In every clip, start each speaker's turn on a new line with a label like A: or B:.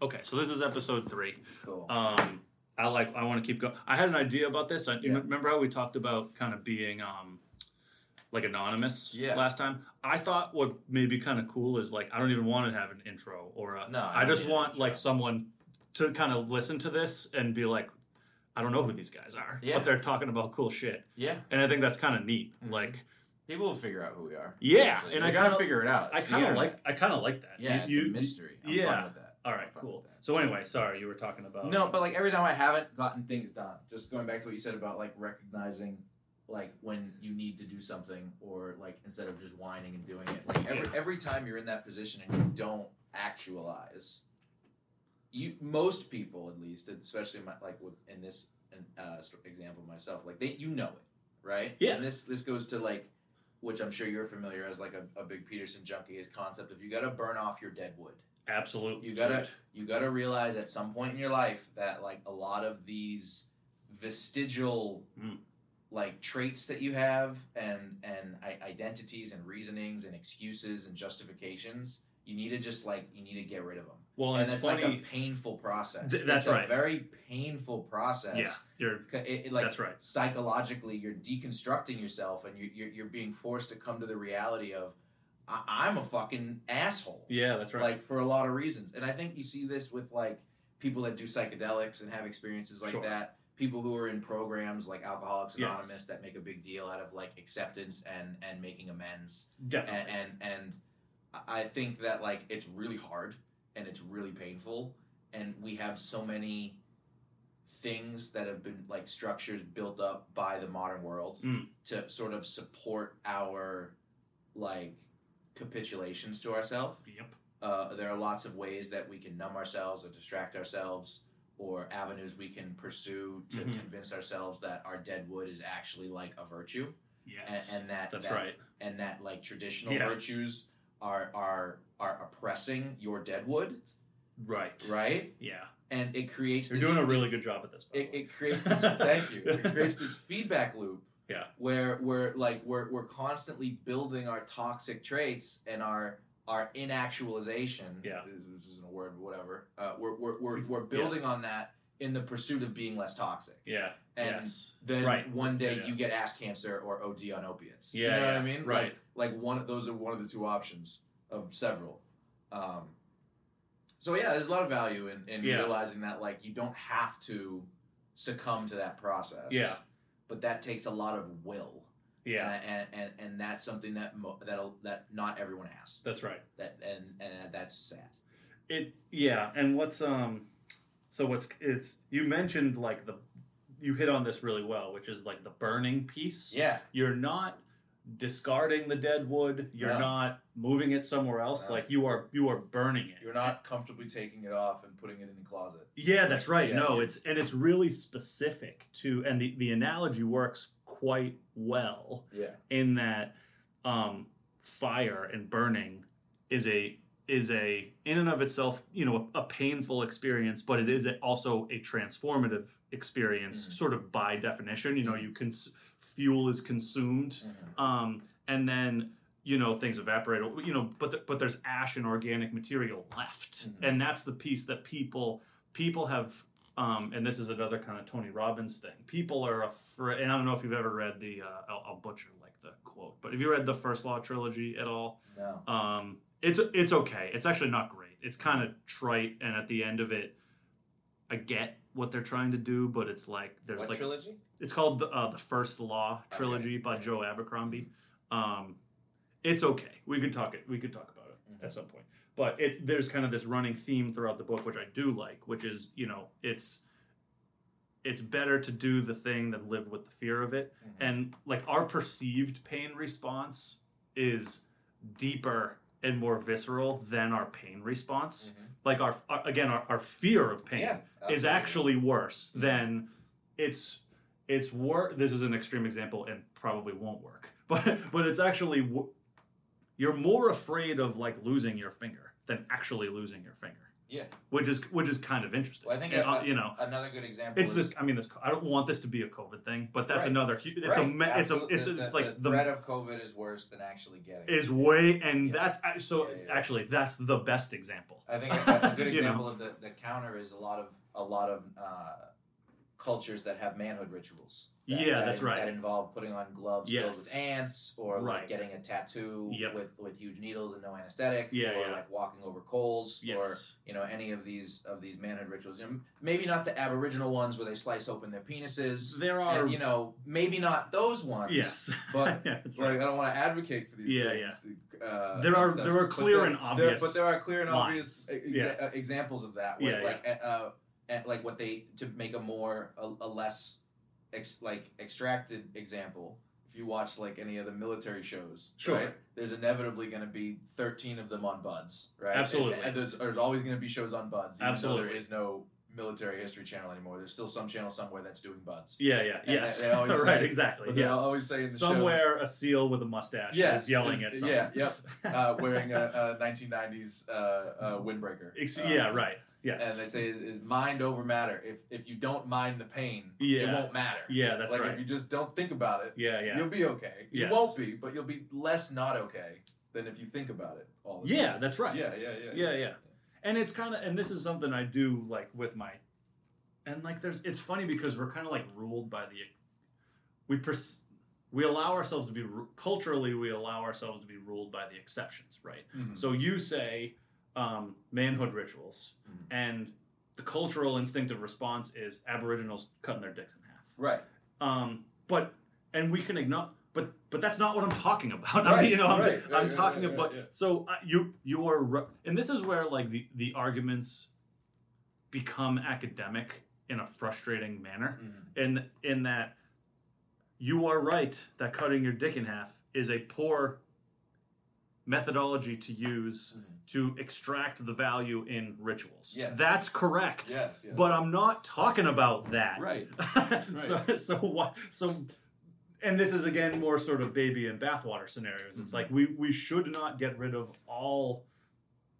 A: Okay, so this is episode three.
B: Cool.
A: Um, I like. I want to keep going. I had an idea about this. I, you
B: Yeah.
A: remember how we talked about kind of being um, like anonymous
B: Yeah.
A: last time. I thought what may be kind of cool is like I don't even want to have an intro or a.
B: No, I
A: I
B: don't
A: just
B: need an
A: want like
B: intro.
A: someone to kind of listen to this and be like, I don't know who these guys are,
B: Yeah.
A: but they're talking about cool shit,
B: yeah, Mm-hmm.
A: and I think that's kind of neat. Like,
B: people will figure out who we are.
A: Yeah,
B: Eventually.
A: and
B: They
A: I
B: gotta
A: kinda-
B: figure it out.
A: I
B: It's the
A: kind of
B: internet.
A: like. I kind of like that. you,
B: Yeah, it's
A: you-
B: a mystery. I'm
A: yeah.
B: fine with that.
A: All right,
B: I'm fine
A: cool.
B: with that.
A: So anyway, sorry, you were talking about
B: No, but like every time I haven't gotten things done. Just going back to what you said about like recognizing like when you need to do something or like instead of just whining and doing it. Like every
A: Yeah.
B: every time you're in that position and you don't actualize you most people at least, especially my, like with, in this in, uh, st- example myself, like they you know it, right?
A: Yeah.
B: And this this goes to like which I'm sure you're familiar as like a, a big Peterson junkie his concept of you got to burn off your dead wood
A: absolutely.
B: you gotta you gotta realize at some point in your life that like a lot of these vestigial
A: Mm.
B: like traits that you have and and I- identities and reasonings and excuses and justifications you need to just like you need to get rid of them
A: Well,
B: and
A: it's
B: that's
A: funny.
B: like a painful process
A: Th- that's
B: It's a
A: right.
B: very painful process
A: yeah, you're.
B: C- it, it, like
A: that's right.
B: psychologically you're deconstructing yourself and you're, you're, you're being forced to come to the reality of I- i'm a fucking asshole
A: Yeah, that's right.
B: like for a lot of reasons. And I think you see this with like people that do psychedelics and have experiences like
A: Sure.
B: that. People who are in programs like Alcoholics
A: Yes.
B: Anonymous that make a big deal out of like acceptance and and making amends.
A: Definitely.
B: And and, and I- I think that like it's really hard and it's really painful and we have so many things that have been like structures built up by the modern world
A: Mm.
B: to sort of support our like capitulations to ourselves
A: Yep.
B: uh, there are lots of ways that we can numb ourselves or distract ourselves or avenues we can pursue to
A: Mhm.
B: convince ourselves that our dead wood is actually like a virtue a-
A: Yes.
B: and, that
A: that's
B: that,
A: right.
B: and that like traditional
A: Yeah.
B: virtues are are are oppressing your dead wood
A: Right.
B: right
A: Yeah.
B: and it creates
A: You're
B: this
A: doing a really good job at this. By
B: it,
A: the way.
B: it creates this thank you it creates this feedback loop
A: Yeah.
B: where we're like we're, we're constantly building our toxic traits and our our inactualization
A: Yeah.
B: this, this isn't a word but whatever uh, we're, we're, we're, we're building on that in the pursuit of being less toxic
A: Yeah.
B: and
A: yes.
B: then
A: Right.
B: one day
A: Yeah, yeah.
B: you get ass cancer or OD on opiates
A: Yeah.
B: you know
A: yeah.
B: what I mean
A: Right.
B: Like- like one of those are one of the two options of several. Um, so yeah, there's a lot of value in, in
A: Yeah.
B: realizing that like you don't have to succumb to that process.
A: Yeah.
B: but that takes a lot of will.
A: yeah.
B: and I, and, and and that's something that mo- that that not everyone has.
A: That's right.
B: That and and that's sad.
A: It. Yeah. And what's um, so what's it's you mentioned like the, you hit on this really well, which is like the burning piece.
B: Yeah,
A: You're not discarding the dead wood. You're
B: No.
A: not moving it somewhere else.
B: No.
A: Like you are you are burning it.
B: you're not comfortably taking it off and putting it in the closet.
A: Yeah, that's right.
B: Yeah,
A: no,
B: yeah.
A: it's and it's really specific to and the, the analogy works quite well
B: Yeah,
A: in that um fire and burning is a is a in and of itself, you know, a, a painful experience, but it is a, also a transformative experience
B: Mhm.
A: sort of by definition, you know,
B: Mhm.
A: you can fuel is consumed
B: Mm-hmm.
A: um, and then you know things evaporate. You know, but the, but there's ash and organic material left,
B: Mhm.
A: and that's the piece that people people have. Um, and this is another kind of Tony Robbins thing. People are afraid, and I don't know if you've ever read the. Uh, I'll, I'll butcher like the quote, but have you read the First Law trilogy at all?
B: no,
A: Um, it's it's okay. It's actually not great. It's kind of trite, and at the end of it, I get what they're trying to do, but it's like there's
B: what
A: like
B: trilogy?
A: it's called the, uh, the First Law trilogy by
B: okay.
A: Joe Abercrombie. Um, it's okay. We could talk it. We could talk about it
B: Mhm.
A: at some point. But it there's kind of this running theme throughout the book, which I do like, which is you know it's it's better to do the thing than live with the fear of it.
B: Mhm.
A: And like our perceived pain response is deeper and more visceral than our pain response.
B: Mhm.
A: Like our, our again our, our fear of pain
B: Yeah,
A: is
B: absolutely.
A: actually worse
B: Yeah.
A: than it's it's wor this is an extreme example and probably won't work but but it's actually wo- you're more afraid of like losing your finger than actually losing your finger.
B: Yeah.
A: Which is which is kind of interesting.
B: Well, I think
A: And,
B: I-
A: uh, you know,
B: Another good example.
A: it's
B: is
A: this. I mean, this. I don't want this to be a COVID thing, but that's
B: Right.
A: another. hu- It's a.
B: Right,
A: me- It's a.
B: absolute-
A: It's
B: the,
A: it's
B: the-
A: like
B: the
A: the
B: threat of COVID is worse than actually getting.
A: is
B: it.
A: way and
B: Yeah.
A: that's ac- so
B: Yeah, yeah, yeah.
A: actually that's the best example
B: I think a, a good
A: You know.
B: example of the, the counter is a lot of a lot of uh, cultures that have manhood rituals. that-
A: Yeah,
B: that
A: that's
B: in-
A: right.
B: That involve putting on gloves filled
A: Yes.
B: with ants, or
A: Right.
B: like getting a tattoo
A: Yep.
B: with with huge needles and no anesthetic,
A: Yeah,
B: or
A: yeah.
B: like walking over coals, or
A: yes
B: you know any of these of these manhood rituals. You know, maybe not the Aboriginal ones where they slice open their penises.
A: there are
B: And, you know, maybe not those ones.
A: yes
B: but,
A: yeah, that's
B: Like
A: right.
B: I don't want to advocate for these
A: Yeah,
B: things. Yeah. Uh,
A: There
B: and
A: are-
B: stuff.
A: there are
B: But
A: clear
B: there-
A: and
B: there-
A: obvious
B: but there are clear and
A: lines.
B: obvious e-
A: Yeah.
B: exa- examples of that. Where
A: Yeah,
B: like uh, uh, and, like what they to make a more a, a less ex, like extracted example. If you watch like any of the military shows,
A: Sure.
B: right? There's inevitably going to be 13 of them on buds, right? And-
A: Absolutely.
B: and there's, there's always going to be shows on buds. Even though
A: Absolutely.
B: there is no military history channel anymore. There's still some channel somewhere that's doing buds.
A: yeah yeah
B: they-
A: yes
B: they always
A: right
B: say-
A: exactly
B: But they
A: yes
B: always say in the shows-
A: somewhere a seal with a mustache
B: Yes,
A: is yelling
B: is-
A: at someone
B: yeah, yep. uh, wearing a, a 1990s uh, uh, windbreaker.
A: Ex-
B: Uh,
A: yeah right yes
B: And they say is, is mind over matter. If if you don't mind the pain, it
A: Yeah.
B: won't matter.
A: yeah that's
B: like if
A: right
B: you just don't think about it,
A: yeah yeah
B: you'll be okay.
A: Yes.
B: You won't be, but you'll be less not okay than if you think about it all the
A: yeah
B: time.
A: that's right
B: Yeah, yeah, yeah,
A: Yeah, yeah. and it's kind of and this is something i do like with my and like there's it's funny because we're kind of like ruled by the we pers- we allow ourselves to be ru- culturally we allow ourselves to be ruled by the exceptions right
B: Mhm.
A: so you say um, manhood rituals
B: Mhm.
A: and the cultural instinctive response is aboriginals cutting their dicks in half
B: Right.
A: um, but and we can ignore but but that's not what i'm talking about i
B: Right,
A: mean you know i'm,
B: right,
A: I'm
B: right, right,
A: talking
B: right,
A: about
B: right, yeah.
A: so uh, you you are re- and this is where like the the arguments become academic in a frustrating manner
B: Mhm.
A: in in that you are right that cutting your dick in half is a poor methodology to use
B: Mhm.
A: to extract the value in rituals
B: Yes.
A: that's correct
B: Yes, yes.
A: but uh, i'm not talking about that
B: right.
A: so so what so and this is again more sort of baby and bathwater scenarios it's
B: Mhm.
A: like we we should not get rid of all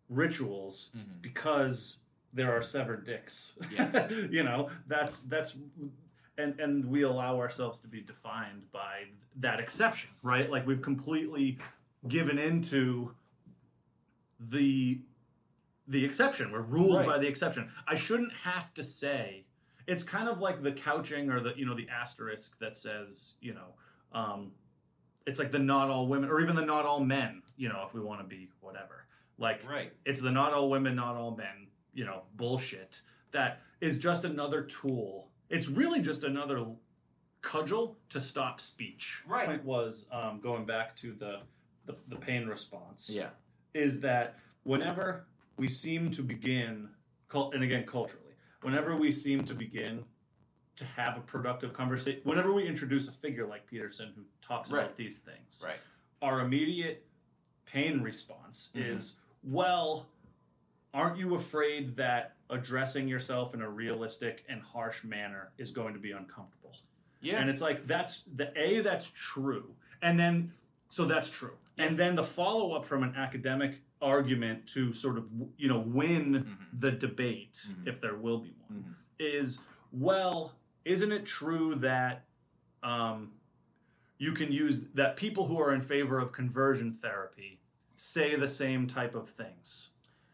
A: rituals
B: Mhm.
A: because there are severed dicks
B: Yes.
A: you know that's that's and and we allow ourselves to be defined by that exception right like we've completely given into the the exception we're ruled
B: Right.
A: by the exception i shouldn't have to say it's kind of like the couching or the you know the asterisk that says you know um it's like the not all women or even the not all men you know if we want to be whatever like
B: Right.
A: it's the not all women, not all men, you know, bullshit that is just another tool. It's really just another cudgel to stop speech.
B: Right.
A: Point was um, going back to the, the the pain response.
B: Yeah.
A: Is that whenever we seem to begin, cul- and again culturally, whenever we seem to begin to have a productive conversation, whenever we introduce a figure like Peterson who talks
B: Right.
A: about these things,
B: Right.
A: our immediate pain response
B: Mhm.
A: is, well, aren't you afraid that addressing yourself in a realistic and harsh manner is going to be uncomfortable?
B: Yeah.
A: And it's like that's the A that's true. And then so that's true. And then the follow up from an academic argument to sort of you know win
B: Mhm.
A: the debate
B: Mhm.
A: if there will be one
B: Mhm.
A: is well isn't it true that um, you can use that people who are in favor of conversion therapy say the same type of things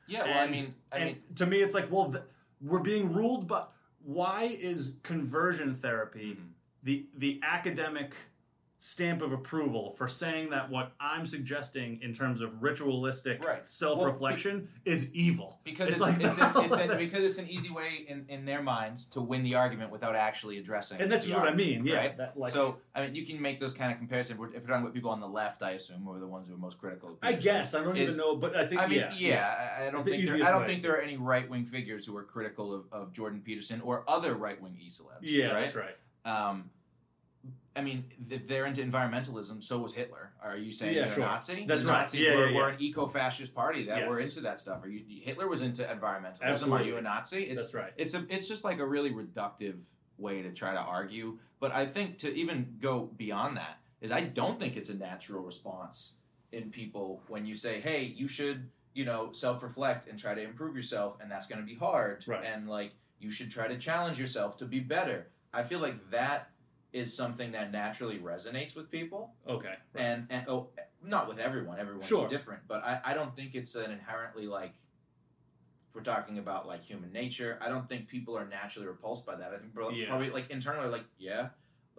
B: Yeah. Well, I
A: And-
B: mean, I
A: and
B: mean,
A: to me it's like well th- we're being ruled by why is conversion therapy
B: Mhm.
A: the the academic stamp of approval for saying that what i'm suggesting in terms of ritualistic
B: Right.
A: self-reflection is evil
B: because
A: It's
B: it's,
A: like,
B: it's, an, it's an,
A: that's-
B: because it's an easy way in, in their minds to win the argument without actually addressing.
A: and this
B: the
A: is what i
B: argument.
A: mean yeah
B: right?
A: that, like,
B: so I mean, you can make those kind of comparisons. If we're, if we're talking about people on the left, I assume who are the ones who are most critical. Of
A: I
B: Peterson.
A: guess I don't
B: is-
A: even know, but I think
B: I mean,
A: yeah,
B: yeah, I, I don't
A: It's the
B: think there,
A: easiest
B: I don't
A: way.
B: think there are any right wing figures who are critical of, of Jordan Peterson or other right wing e celebs.
A: yeah,
B: right.
A: that's right.
B: Um, I mean, if they're into environmentalism, so was Hitler. Are you saying
A: Yeah,
B: they're
A: sure.
B: Nazi?
A: That's
B: the
A: right.
B: Nazis
A: Yeah,
B: were,
A: yeah,
B: were
A: yeah.
B: an eco-fascist party that were
A: Yes.
B: into that stuff. Are you, Hitler was into environmentalism. Are
A: Absolutely.
B: you a Nazi? It's,
A: that's right.
B: it's a it's just like a really reductive way to try to argue but i think to even go beyond that is i don't think it's a natural response in people when you say hey you should you know, self reflect and try to improve yourself, and that's going to be hard.
A: Right.
B: And like, you should try to challenge yourself to be better. I feel like that is something that naturally resonates with people,
A: Okay. Right.
B: and and oh, not with everyone. Everyone's
A: Sure.
B: different, but I I don't think it's an inherently like. If we're talking about like human nature, I don't think people are naturally repulsed by that. I think probably,
A: Yeah.
B: probably like internally, like yeah,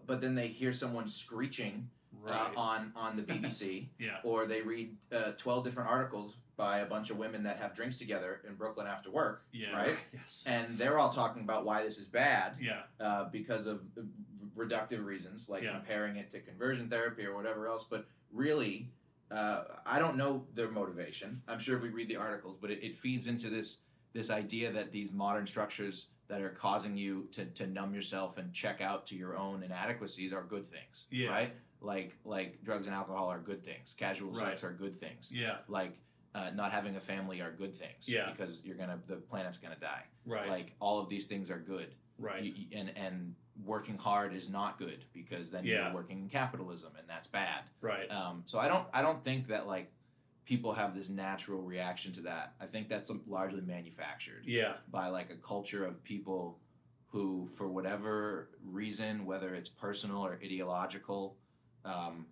B: but then they hear someone screeching
A: right.
B: uh, on on the BBC
A: yeah.
B: or they read uh, 12 different articles by a bunch of women that have drinks together in Brooklyn after work,
A: Yeah.
B: right?
A: Yes.
B: and they're all talking about why this is bad
A: Yeah.
B: uh, because of uh, reductive reasons, like
A: Yeah.
B: comparing it to conversion therapy or whatever else. But really, uh, I don't know their motivation. I'm sure if we read the articles, but it, it feeds into this this idea that these modern structures that are causing you to, to numb yourself and check out to your own inadequacies are good things,
A: Yeah.
B: right? Like like drugs and alcohol are good things. Casual sex are good things.
A: Yeah.
B: Like uh, not having a family are good things
A: Yeah.
B: because you're gonna the planet's gonna die.
A: Right.
B: Like all of these things are good
A: right.
B: you- you- and and working hard is not good because then
A: Yeah.
B: you're working in capitalism and that's bad.
A: right.
B: Um, so I don't I don't think that like people have this natural reaction to that. I think that's largely manufactured
A: yeah.
B: by like a culture of people who, for whatever reason, whether it's personal or ideological, um,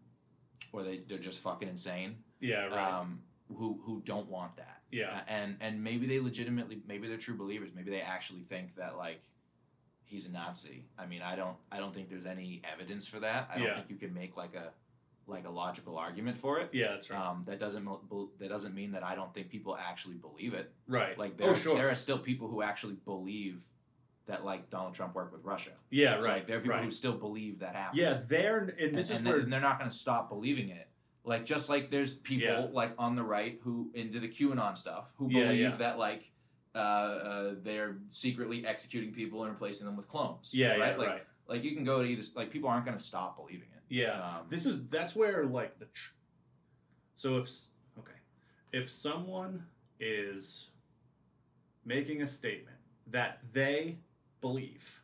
B: or they they're just fucking insane,
A: Yeah. Right.
B: um, who who don't want that.
A: yeah.
B: Uh, and and maybe they legitimately maybe they're true believers maybe they actually think that like he's a nazi i mean i don't i don't think there's any evidence for that i don't
A: Yeah.
B: think you can make like a like a logical argument for it
A: Yeah. That's right.
B: um, that doesn't mo- bel- that doesn't mean that i don't think people actually believe it
A: right.
B: like there,
A: oh
B: are-
A: sure.
B: there are still people who actually believe that like donald trump worked with russia
A: yeah. Right.
B: Like, there are people
A: right.
B: who still believe that happened
A: yeah. There and
B: and,
A: this is
B: and,
A: where.
B: they, are not going to stop believing in it. Like just like there's people
A: Yeah.
B: like on the right who into the QAnon stuff who
A: Yeah,
B: believe
A: yeah.
B: that like uh, uh, they're secretly executing people and replacing them with clones.
A: yeah.
B: right.
A: Yeah.
B: like
A: right.
B: like you can go to either like people aren't going to stop believing it.
A: Yeah.
B: Um,
A: This is that's where like the tr- so if s- okay if someone is making a statement that they believe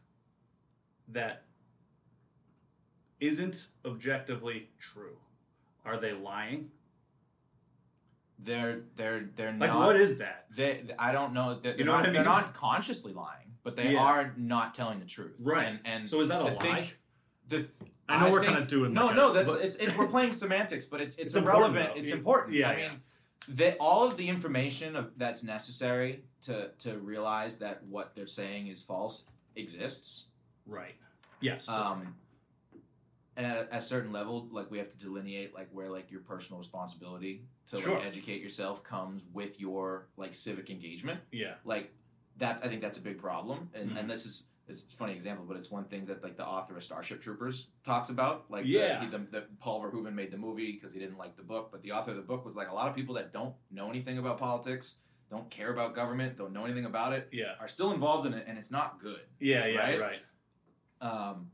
A: that isn't objectively true, are they lying?
B: they're they're they're
A: Like
B: not.
A: what is that?
B: they, I don't know. They're,
A: You know
B: not,
A: what I
B: they're
A: mean?
B: not consciously lying, but they
A: Yeah.
B: are not telling the truth.
A: Right.
B: And, and
A: So is that a
B: the
A: lie?
B: thing- the
A: I know we're
B: think-
A: kind of doing
B: No,
A: like
B: no,
A: a-
B: that's
A: but-
B: it's, it's we're playing semantics, but it's it's,
A: It's important,
B: irrelevant.
A: though.
B: it's
A: It-
B: important.
A: yeah,
B: I
A: yeah.
B: mean, that all of the information of, that's necessary to to realize that what they're saying is false exists.
A: right. Yes. that's right.
B: Um, and at a- at a certain level, like we have to delineate like where like your personal responsibility to
A: Sure.
B: like educate yourself comes with your like civic engagement
A: Yeah.
B: like that's I think that's a big problem, and,
A: Mhm.
B: and this is it's a funny example, but it's one thing that like the author of Starship Troopers talks about, like the-
A: Yeah.
B: he, the, the, Paul Verhoeven made the movie because he didn't like the book, but the author of the book was like a lot of people that don't know anything about politics, don't care about government, don't know anything about it,
A: Yeah.
B: are still involved in it, and it's not good.
A: Yeah. Yeah. Right.
B: Right? Um,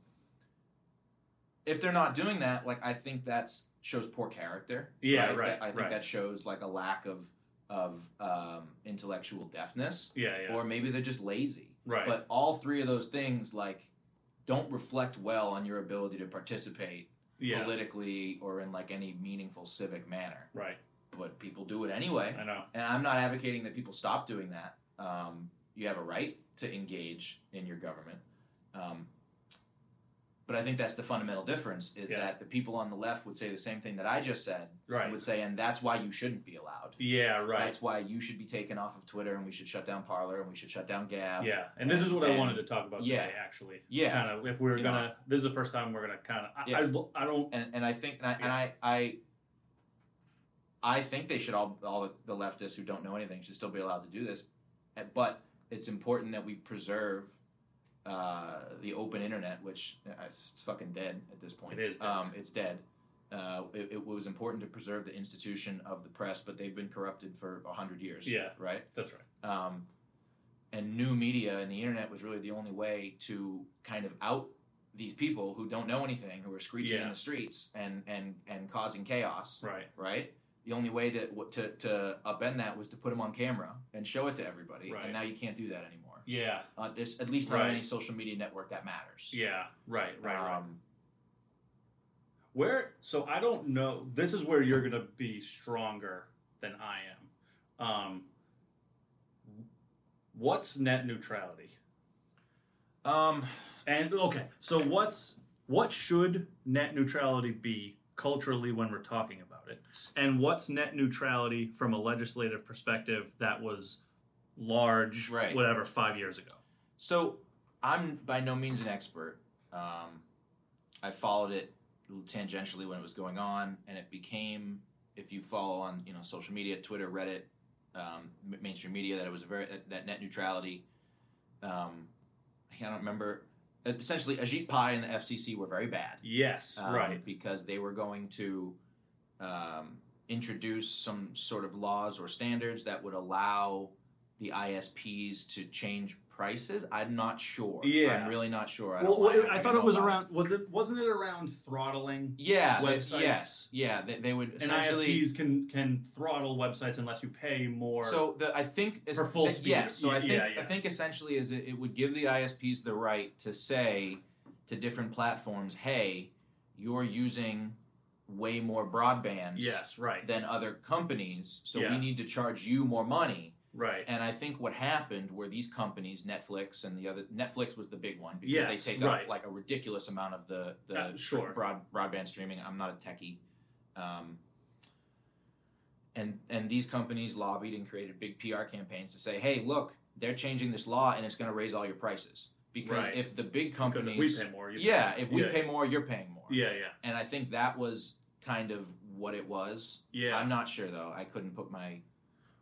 B: if they're not doing that, like I think that's shows poor character.
A: Yeah, right,
B: That- I think
A: right.
B: that shows like a lack of of um, intellectual deafness
A: Yeah. Yeah.
B: or maybe they're just lazy.
A: right.
B: But all three of those things like don't reflect well on your ability to participate
A: yeah.
B: politically or in like any meaningful civic manner.
A: right.
B: But people do it anyway,
A: I know.
B: and I'm not advocating that people stop doing that. Um, you have a right to engage in your government. Um, but I think that's the fundamental difference is
A: Yeah.
B: that the people on the left would say the same thing that I just said,
A: Right.
B: would say, and that's why you shouldn't be allowed.
A: Yeah. Right.
B: That's why you should be taken off of Twitter and we should shut down Parler and we should shut down Gab.
A: Yeah, and this is what I
B: And-
A: wanted to talk about
B: yeah.
A: today, actually.
B: Yeah.
A: Kind of, if we were
B: You know.
A: gonna, this is the first time we're gonna kind of. I,
B: Yeah.
A: I lo- I, don't.
B: And and I think and I and I, I I think they should all all the, the leftists who don't know anything should still be allowed to do this. Uh, But it's important that we preserve uh, the open internet, which uh, it's it's fucking dead at this point.
A: It is dead.
B: Um, it's dead. Uh, it, it was important to preserve the institution of the press, but they've been corrupted for a hundred years.
A: Yeah.
B: Right.
A: That's right.
B: um, and new media and the internet was really the only way to kind of out these people who don't know anything who are screeching
A: Yeah.
B: in the streets and and and causing chaos
A: Right.
B: right the only way to to to upend that was to put them on camera and show it to everybody
A: Right.
B: and now you can't do that anymore
A: Yeah.
B: uh, it's, at least not
A: Right.
B: on any social media network that matters
A: Yeah. Right. Right. right.
B: Um,
A: Where? So I don't know. This is where you're gonna be stronger than I am. Um, what's net neutrality?
B: Um,
A: And okay, so what's what should net neutrality be culturally when we're talking about it? And what's net neutrality from a legislative perspective that was large,
B: Right.
A: whatever, five years ago?
B: so I'm by no means an expert. Um, I followed it tangentially when it was going on, and it became, if you follow on you know social media, Twitter, Reddit, um, m- mainstream media, that it was a very that, that net neutrality. Um, I don't remember. Essentially, Ajit Pai and the FCC were very bad.
A: Yes,
B: um,
A: right.
B: Because they were going to um, introduce some sort of laws or standards that would allow the ISPs to change prices. I'm not sure.
A: Yeah.
B: I'm really not sure. I,
A: Well,
B: don't,
A: well,
B: don't
A: I, thought
B: know
A: it was
B: about
A: around. Was it? Wasn't it around throttling?
B: Yeah. they-
A: websites.
B: yes. Yeah. They, they would
A: And
B: essentially.
A: ISPs can can throttle websites unless you pay more.
B: so the, I think is-
A: For full
B: that-
A: speed.
B: Yes. So I
A: Yeah,
B: think
A: yeah.
B: I think essentially is it, it would give the ISPs the right to say to different platforms, hey, you're using way more broadband.
A: yes, right,
B: than other companies, so
A: Yeah.
B: we need to charge you more money.
A: right.
B: And I think what happened were these companies, Netflix and the other Netflix was the big one because
A: Yes,
B: they take
A: right.
B: up like a ridiculous amount of the the
A: Uh, sure.
B: broad broadband streaming. I'm not a techie. Um, and and these companies lobbied and created big PR campaigns to say, "Hey, look, they're changing this law and it's going to raise all your prices." Because
A: Right.
B: if the big
A: Because
B: companies
A: if we pay more, you
B: Yeah, if we
A: Yeah.
B: pay more, you're paying more.
A: yeah,
B: And I think that was kind of what it was.
A: yeah, yeah.
B: I'm not sure though. I couldn't put my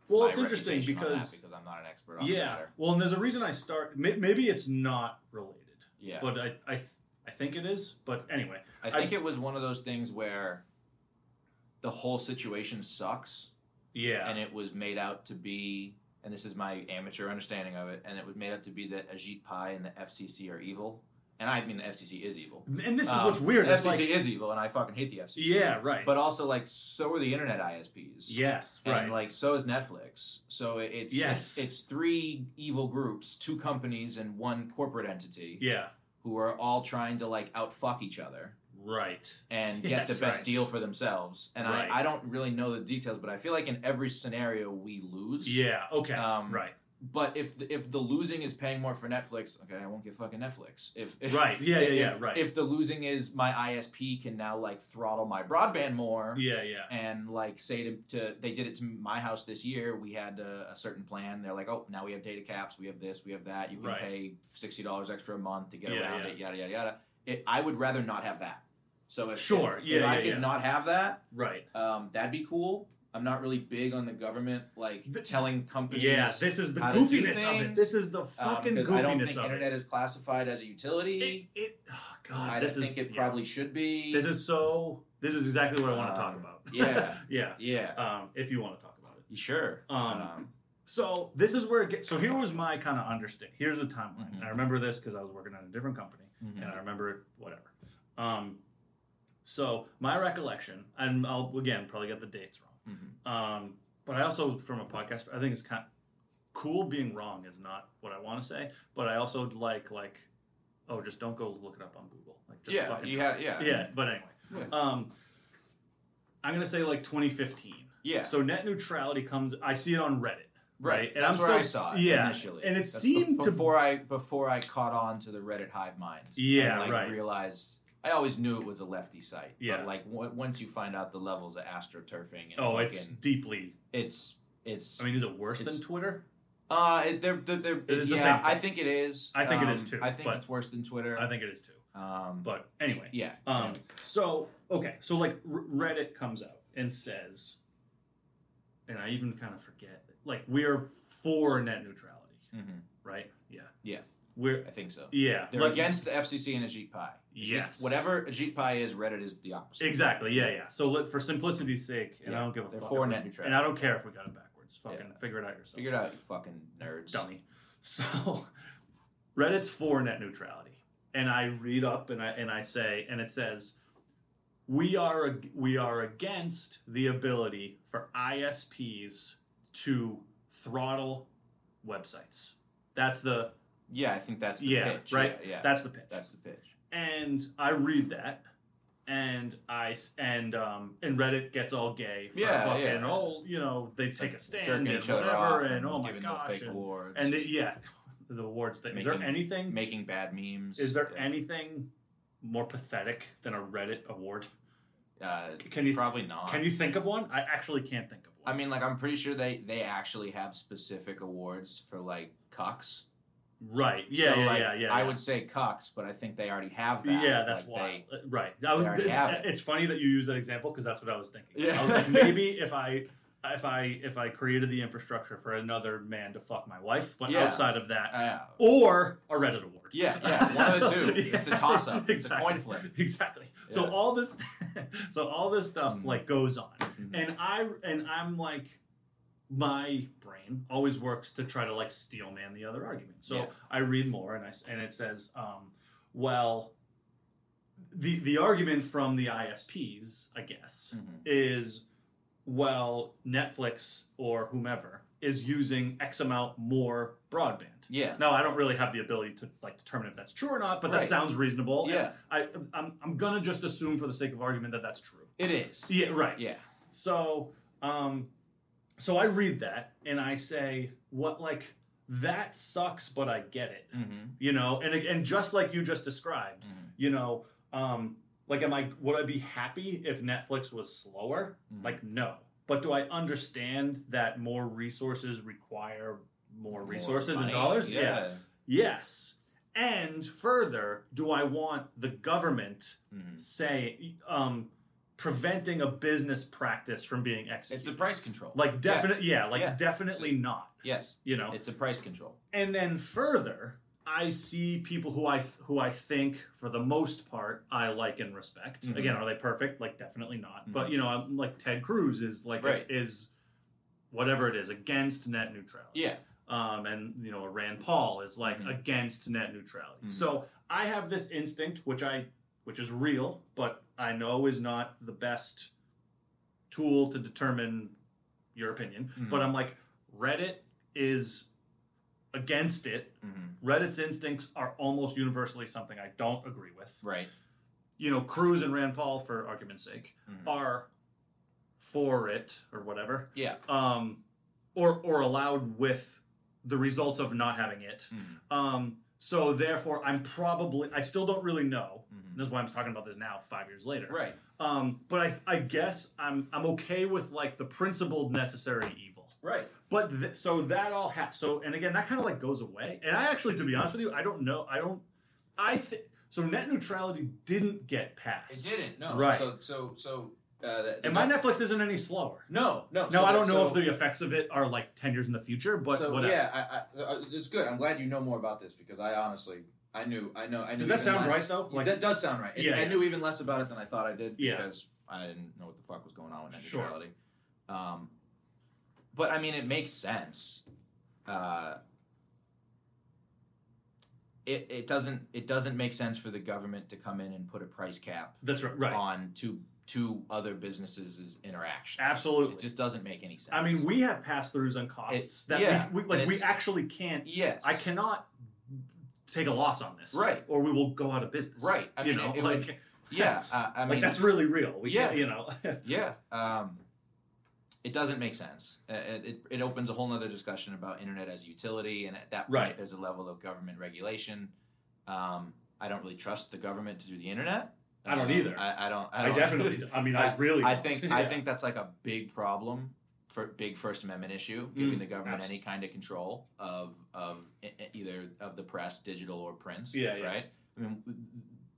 A: Well,
B: my
A: it's interesting
B: reputation on that
A: because
B: because I'm not an expert on the
A: yeah.
B: matter.
A: Well, and there's a reason I start. may- Maybe it's not related,
B: Yeah,
A: but I I th- I think it is. But anyway,
B: I think it was one of those things where the whole situation sucks,
A: yeah,
B: and it was made out to be. And this is my amateur understanding of it. And it was made out to be that Ajit Pai and the FCC are evil. And I mean the FCC is evil.
A: and this is
B: Um,
A: what's weird.
B: The
A: It's
B: FCC
A: like
B: is evil, and I fucking hate the FCC.
A: yeah, right.
B: But also, like, so are the internet ISPs.
A: yes,
B: and
A: right.
B: like so is Netflix. So it- it's
A: Yes.
B: it's, it's three evil groups, two companies and one corporate entity
A: yeah,
B: who are all trying to like outfuck each other
A: right.
B: and get
A: Yes,
B: the best
A: right.
B: deal for themselves. And
A: Right.
B: I, I don't really know the details, but I feel like in every scenario we lose.
A: Yeah. Okay.
B: Um,
A: right.
B: But if the, if the losing is paying more for Netflix, okay, I won't get fucking Netflix. If, if
A: Right. Yeah. Yeah.
B: if-
A: Yeah. Right.
B: If the losing is my ISP can now like throttle my broadband more,
A: yeah. Yeah.
B: and like say to, to they did it to my house this year we had a, a certain plan they're like oh now we have data caps we have this we have that you can
A: Right.
B: pay $60 extra a month to get
A: Yeah,
B: around
A: yeah.
B: it yada yada yada it, i would rather not have that so if,
A: Sure,
B: if,
A: yeah,
B: if i
A: yeah,
B: could
A: yeah.
B: not have that
A: Right.
B: um, that'd be cool i'm not really big on the government like
A: The-
B: telling companies
A: Yeah. This is the
B: how to do
A: goofiness of it.
B: things,
A: This is the
B: uh,
A: fucking
B: because
A: goofiness
B: i don't think
A: of
B: internet is classified as a
A: it.
B: utility
A: It. it oh God.
B: i
A: this
B: don't
A: is
B: think it
A: yeah.
B: probably should be
A: This is so. This is exactly what I want to talk
B: Um,
A: about.
B: yeah.
A: yeah.
B: yeah
A: Um, if you want to talk about it.
B: sure
A: Um,
B: um,
A: So this is where it gets. So here was my kind of understanding. Here's the timeline.
B: Mhm.
A: I remember this because I was working at a different company,
B: mhm.
A: and I remember it, whatever. Um, so my recollection, and I'll again probably get the dates wrong. Um, but I also, from a podcast, I think it's kind cool being wrong is not what I want to say. But I also like like, oh, just don't go look it up on Google. Like just
B: yeah
A: fucking
B: you have yeah
A: yeah. But anyway,
B: Yeah.
A: um, I'm gonna say like 2015.
B: yeah
A: So net neutrality comes. I see it on Reddit.
B: Right.
A: And
B: That's
A: I'm
B: where
A: still-
B: I saw it
A: yeah.
B: initially.
A: And it
B: That's
A: seemed
B: bef-
A: to-
B: before I before I caught on to the Reddit hive mind.
A: Yeah,
B: and, like,
A: right.
B: Realized I always knew it was a lefty site.
A: Yeah.
B: But like w- once you find out the levels of astroturfing and
A: Oh,
B: fucking,
A: it's deeply.
B: it's it's
A: I mean, is it worse
B: It's-
A: than Twitter?
B: uh it, they're they're, they're
A: It is the
B: yeah
A: same thing.
B: I think it is.
A: I think it
B: Um,
A: is too,
B: I think
A: but-
B: it's worse than Twitter.
A: I think it is too.
B: um,
A: But anyway.
B: yeah.
A: Um. So okay. So like R- Reddit comes out and says, and I even kind of forget. Like we are for net neutrality,
B: Mhm.
A: right? Yeah.
B: Yeah.
A: We're
B: I think so.
A: yeah.
B: They're
A: like-
B: against the FCC and Ajit Pai. Ajit-
A: Yes.
B: Whatever Ajit Pai is, Reddit is the opposite.
A: Exactly. Yeah. Yeah. So let, for simplicity's sake, and I
B: Yeah,
A: don't give a
B: they're
A: fuck.
B: for
A: if-
B: net
A: And I
B: neutrality.
A: don't care if we got it backwards. Fucking figure it out yourself.
B: Figure it out, you fucking nerds.
A: dummy. So Reddit's for net neutrality, and I read up and I and I say and it says we are ag- we are against the ability for ISPs to throttle websites. That's the
B: Yeah, I think that's the
A: yeah
B: pitch.
A: right.
B: Yeah, yeah.
A: That's the pitch.
B: That's the pitch.
A: and I read that, and I s- and um and Reddit gets all gay. For
C: Yeah,
A: fucking,
C: yeah.
A: Oh, you know they take a stand
C: jerking
A: and
C: each other
A: whatever,
C: off
A: and, oh my
B: giving them
A: gosh,
B: fake
A: and,
B: awards,
A: and it- yeah, the awards thing. Is there
B: Making-
A: anything?
B: making bad memes.
A: Is there
B: Yeah.
A: anything more pathetic than a Reddit award?
B: Uh,
A: Can you
B: probably not.
A: can you think of one? I actually can't think of
B: I
A: one.
B: mean, like I'm pretty sure they they actually have specific awards for like cucks.
A: right? Yeah,
B: So,
A: yeah,
B: like,
A: yeah, yeah.
B: I
A: yeah.
B: would say cucks, but I think they already have that.
A: Yeah, that's
B: like, they-
A: why. Uh, right. I was,
B: already have it.
A: it's funny that you use that example because that's what I was thinking.
B: Yeah.
A: I was like, maybe if I if I if I created the infrastructure for another man to fuck my wife, but
B: Yeah.
A: outside of that,
B: uh,
A: or a Reddit award.
B: yeah, yeah, one of the two.
A: Yeah.
B: It's a toss up. It's a
A: Exactly.
B: coin flip.
A: Exactly. So
B: Yeah.
A: all this, so all this stuff
B: Mhm.
A: like goes on,
B: Mhm.
A: and I and I'm like, my brain always works to try to like steel man the other argument. So
B: Yeah.
A: I read more, and I s- and it says, um, well, the the argument from the ISPs, I guess,
B: Mhm.
A: is well Netflix or whomever is using X amount more broadband.
B: Yeah,
A: Now I don't really have the ability to like determine if that's true or not, but that
B: Right.
A: sounds reasonable.
B: yeah,
A: I I'm, I'm gonna just assume for the sake of argument that that's true.
B: it is.
A: Yeah, right.
B: Yeah,
A: So um, so I read that and I say what like that sucks, but I get it.
B: mm-hmm.
A: You know, and and just like you just described,
B: Mhm.
A: you know, um, like am I would I be happy if Netflix was slower?
B: Mhm.
A: Like no. But do I understand that more resources require more resources
B: More
A: and
B: money.
A: dollars?
B: Yeah,
A: Yes. And further, do I want the government
B: Mhm.
A: say um, preventing a business practice from being
B: it's
A: executed?
B: a price control.
A: like definite, yeah, like
B: Yeah.
A: definitely not.
B: yes,
A: You know.
B: it's a price control.
A: and then further, I see people who I who I think for the most part I like and respect.
B: Mhm.
A: Again, are they perfect? Like definitely not. But
B: Mhm.
A: you know, I'm like Ted Cruz is like
B: Right.
A: is whatever it is against net neutrality
B: Yeah,
A: um, and you know Rand Paul is like
B: Mhm.
A: against net neutrality.
B: Mhm.
A: So I have this instinct, which I which is real, but I know is not the best tool to determine your opinion.
B: Mhm.
A: But I'm like Reddit is against it.
B: Mhm.
A: Reddit's instincts are almost universally something I don't agree with.
B: right.
A: You know, Cruz and Rand Paul, for argument's sake,
B: Mhm.
A: are for it or whatever
B: Yeah,
A: um, or or allowed with the results of not having it.
B: Mhm.
A: Um, so therefore, I'm probably I still don't really know.
B: Mhm.
A: And This is why I'm talking about this now, five years later.
B: right.
A: Um, but I I guess I'm I'm okay with like the principled necessary evil.
B: Right.
A: But th- so that all ha- so and again that kind of like goes away. And I actually, to be honest with you, I don't know. I don't. I th- so net neutrality didn't get
B: It
A: passed.
B: didn't. No.
A: Right.
B: So so so. Uh, the, the
A: And my Netflix isn't any slower.
B: No, no.
A: Now
B: so
A: I
B: that-
A: don't know
B: so-
A: if the effects of it are like ten years in the future, but
B: so
A: whatever.
B: yeah, uh,
C: I, I, it's good. I'm glad you know more about this because I honestly, I knew, I know, I knew.
A: Does that
C: even
A: sound
C: less.
A: right though? Like
B: that does sound right.
A: Yeah,
B: I
A: yeah.
B: knew even less about it than I thought I did
A: Yeah.
B: because I didn't know what the fuck was going on with net
A: Sure.
B: neutrality. Um, but I mean, it makes sense. Uh, it it doesn't it doesn't make sense for the government to come in and put a price cap
A: that's right. Right.
B: on two two other businesses' interactions.
A: Absolutely.
B: it just doesn't make any sense.
A: I mean, we have pass throughs on costs
B: It's-
A: that
B: yeah,
A: we, we like
B: and
A: we
B: it's-
A: actually can't.
B: yes,
A: I cannot take a loss on this,
B: Right.
A: Or we will go out of business,
B: Right. I
A: you
B: mean,
A: know,
B: it- it
A: like
B: would- Yeah, uh, I
A: like
B: mean
A: that's really real. We
B: Yeah.
A: can't, you know.
B: Yeah. Um, it doesn't make sense. Uh, It, it, it opens a whole nother discussion about internet as a utility, and at that point,
A: Right.
B: there's a level of government regulation. Um, I don't really trust the government to do the internet.
A: I don't
B: Um,
A: either.
B: I, I don't. I,
A: I,
B: don't,
A: definitely. I mean, I, really.
B: I
A: don't.
B: think.
A: Yeah.
B: I think that's like a big problem for big First Amendment issue, giving
A: Mm,
B: the government
A: abs-
B: any kind of control of of e- e- either of the press, digital or print.
A: Yeah, yeah.
B: Right. I mean,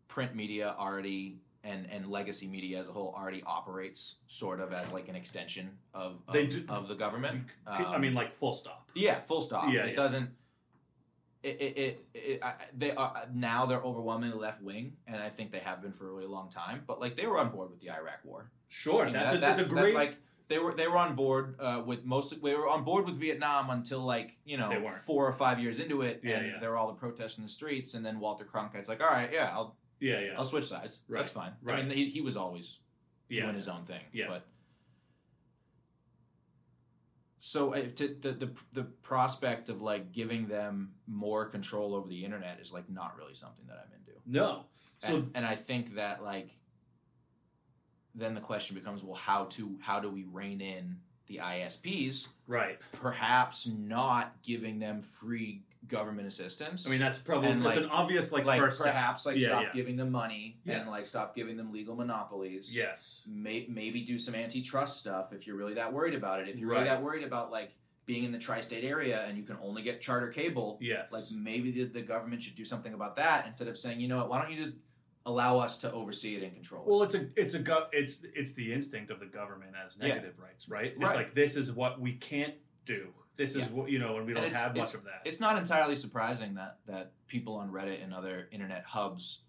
B: print media already and and legacy media as a whole already operates sort of as like an extension of of,
A: They do-
B: of the government.
A: I
B: Um,
A: mean, like full stop.
B: yeah, full stop.
A: Yeah,
B: it
A: yeah.
B: doesn't. It, it, it, it I, I- they are now they're overwhelmingly left wing, and I think they have been for a really long time. But like they were on board with the Iraq War.
A: Sure,
B: You know,
A: that's
B: that-
A: a, that's
B: that-
A: a
B: that,
A: great.
B: like they were they were on board uh, with most. They were on board with Vietnam until like you know
A: They weren't.
B: four or five years into it,
A: Yeah,
B: and
A: yeah.
B: there were all the protests in the streets, and then Walter Cronkite's like, all right, yeah, I'll
A: yeah, yeah,
B: I'll switch sides.
A: Right.
B: That's fine. I
A: Right.
B: mean, he, he was always
A: yeah.
B: doing his own thing.
A: Yeah.
B: But so uh, if to, the the the prospect of like giving them more control over the internet is like not really something that I'm into.
A: No. So
B: and, and I think that like then the question becomes, well, how to how do we rein in the ISPs?
A: Right.
B: Perhaps not giving them free government assistance.
A: I mean, that's probably
B: And,
A: that's
B: like-
A: an obvious like,
B: like
A: first step.
B: perhaps like
A: Yeah,
B: stop
A: yeah.
B: giving them money and
A: Yes.
B: like stop giving them legal monopolies.
A: Yes.
B: May, maybe do some antitrust stuff if you're really that worried about it. If you're really
A: Right.
B: that worried about like being in the tri-state area and you can only get charter cable,
A: Yes.
B: like maybe the, the government should do something about that instead of saying, you know what, why don't you just allow us to oversee it and control it?
A: Well, it's a it's a go- it's it's the instinct of the government as
B: Yeah.
A: negative rights, right? It's
B: Right.
A: like this is what we can't do. This is what you know, and we
B: And
A: don't
B: it's-
A: have much of that.
B: it's not entirely surprising that that people on Reddit and other internet hubs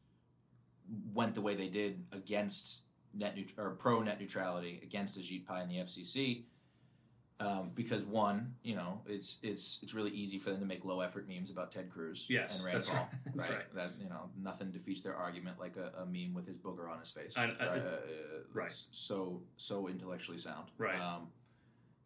B: went the way they did against net neut- or pro net neutrality against Ajit Pai and the FCC. Um, because one, you know, it's it's it's really easy for them to make low effort memes about Ted Cruz
A: Yes,
B: and Rand
A: that's
B: Paul,
A: right. That's right.
B: That you know, nothing defeats their argument like a, a meme with his booger on his face.
A: I- I-
B: right? Uh,
A: right.
B: s- So so intellectually sound.
A: Right.
B: Um,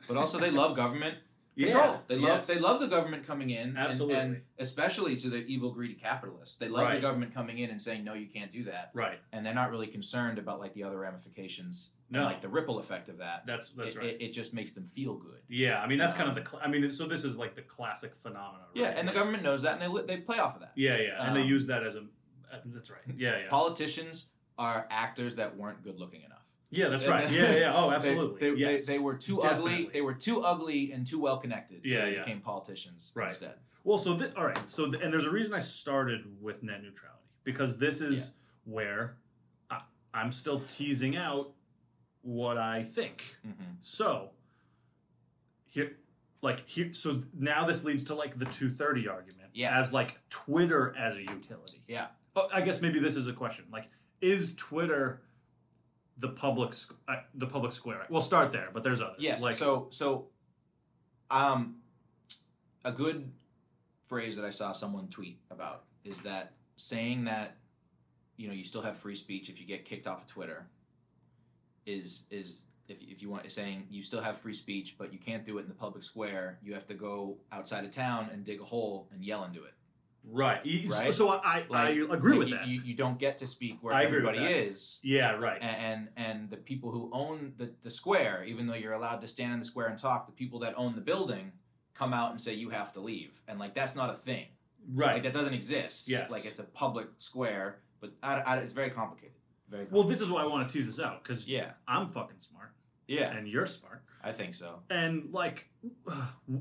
B: but also, they love government control.
A: yeah.
B: They love
A: yes.
B: they love the government coming in, and-
A: Absolutely.
B: and, especially to the evil, greedy capitalists. They love the
A: Right.
B: government coming in and saying no, you can't do that,
A: right.
B: and they're not really concerned about like the other ramifications,
A: No,
B: and, like the ripple effect of that.
A: that's that's
B: it,
A: right.
B: it, it just makes them feel good.
A: yeah, I mean that's kind of the.
B: Um,
A: Cl- I mean, so this is like the classic phenomenon. Right?
B: Yeah, and the
A: Like-
B: government knows that, and they li- they play off of that.
A: Yeah, yeah, and they
B: Um,
A: use that as a. uh, That's right. Yeah, yeah,
B: Politicians are actors that weren't good looking enough.
A: yeah. That's
B: and
A: right.
B: then-
A: Yeah, yeah. Oh,
B: They-
A: absolutely.
B: They, they,
A: yes.
B: they, were too ugly.
A: Definitely.
B: They were too ugly and too well connected. So
A: Yeah,
B: they
A: yeah.
B: became politicians
A: Right.
B: instead.
A: Well, so th- all right, so th- and there's a reason I started with net neutrality because this is where I, I'm still teasing out what I think.
B: Mhm.
A: So here, like here, so now this leads to like the 230 argument
B: Yeah.
A: as like Twitter as a utility.
B: Yeah.
A: but I guess maybe this is a question. Like, is Twitter the public squ- uh, the public square? We'll start there, but there's others.
B: Yes.
A: Like,
B: so so, um, a good phrase that I saw someone tweet about is that saying that you know you still have free speech if you get kicked off of Twitter is is if, if you want saying you still have free speech but you can't do it in the public square you have to go outside of town and dig a hole and yell into it
A: right. E- so-
B: Right.
A: So, I, I
B: Like-
A: agree
B: Like,
A: with
B: you,
A: that.
B: you, you don't get to speak where
A: I agree with
B: everybody is
A: yeah, right.
B: and and- and the people who own the, the square, even though you're allowed to stand in the square and talk, the people that own the building come out and say you have to leave, and like that's not a thing,
A: Right.
B: Like that doesn't exist.
A: Yes.
B: like it's a public square, but I, I- it's very complicated. Very
A: Well, this is why I want to tease this out because
B: yeah,
A: I'm fucking smart
B: yeah,
A: and you're smart.
B: I think so.
A: And like,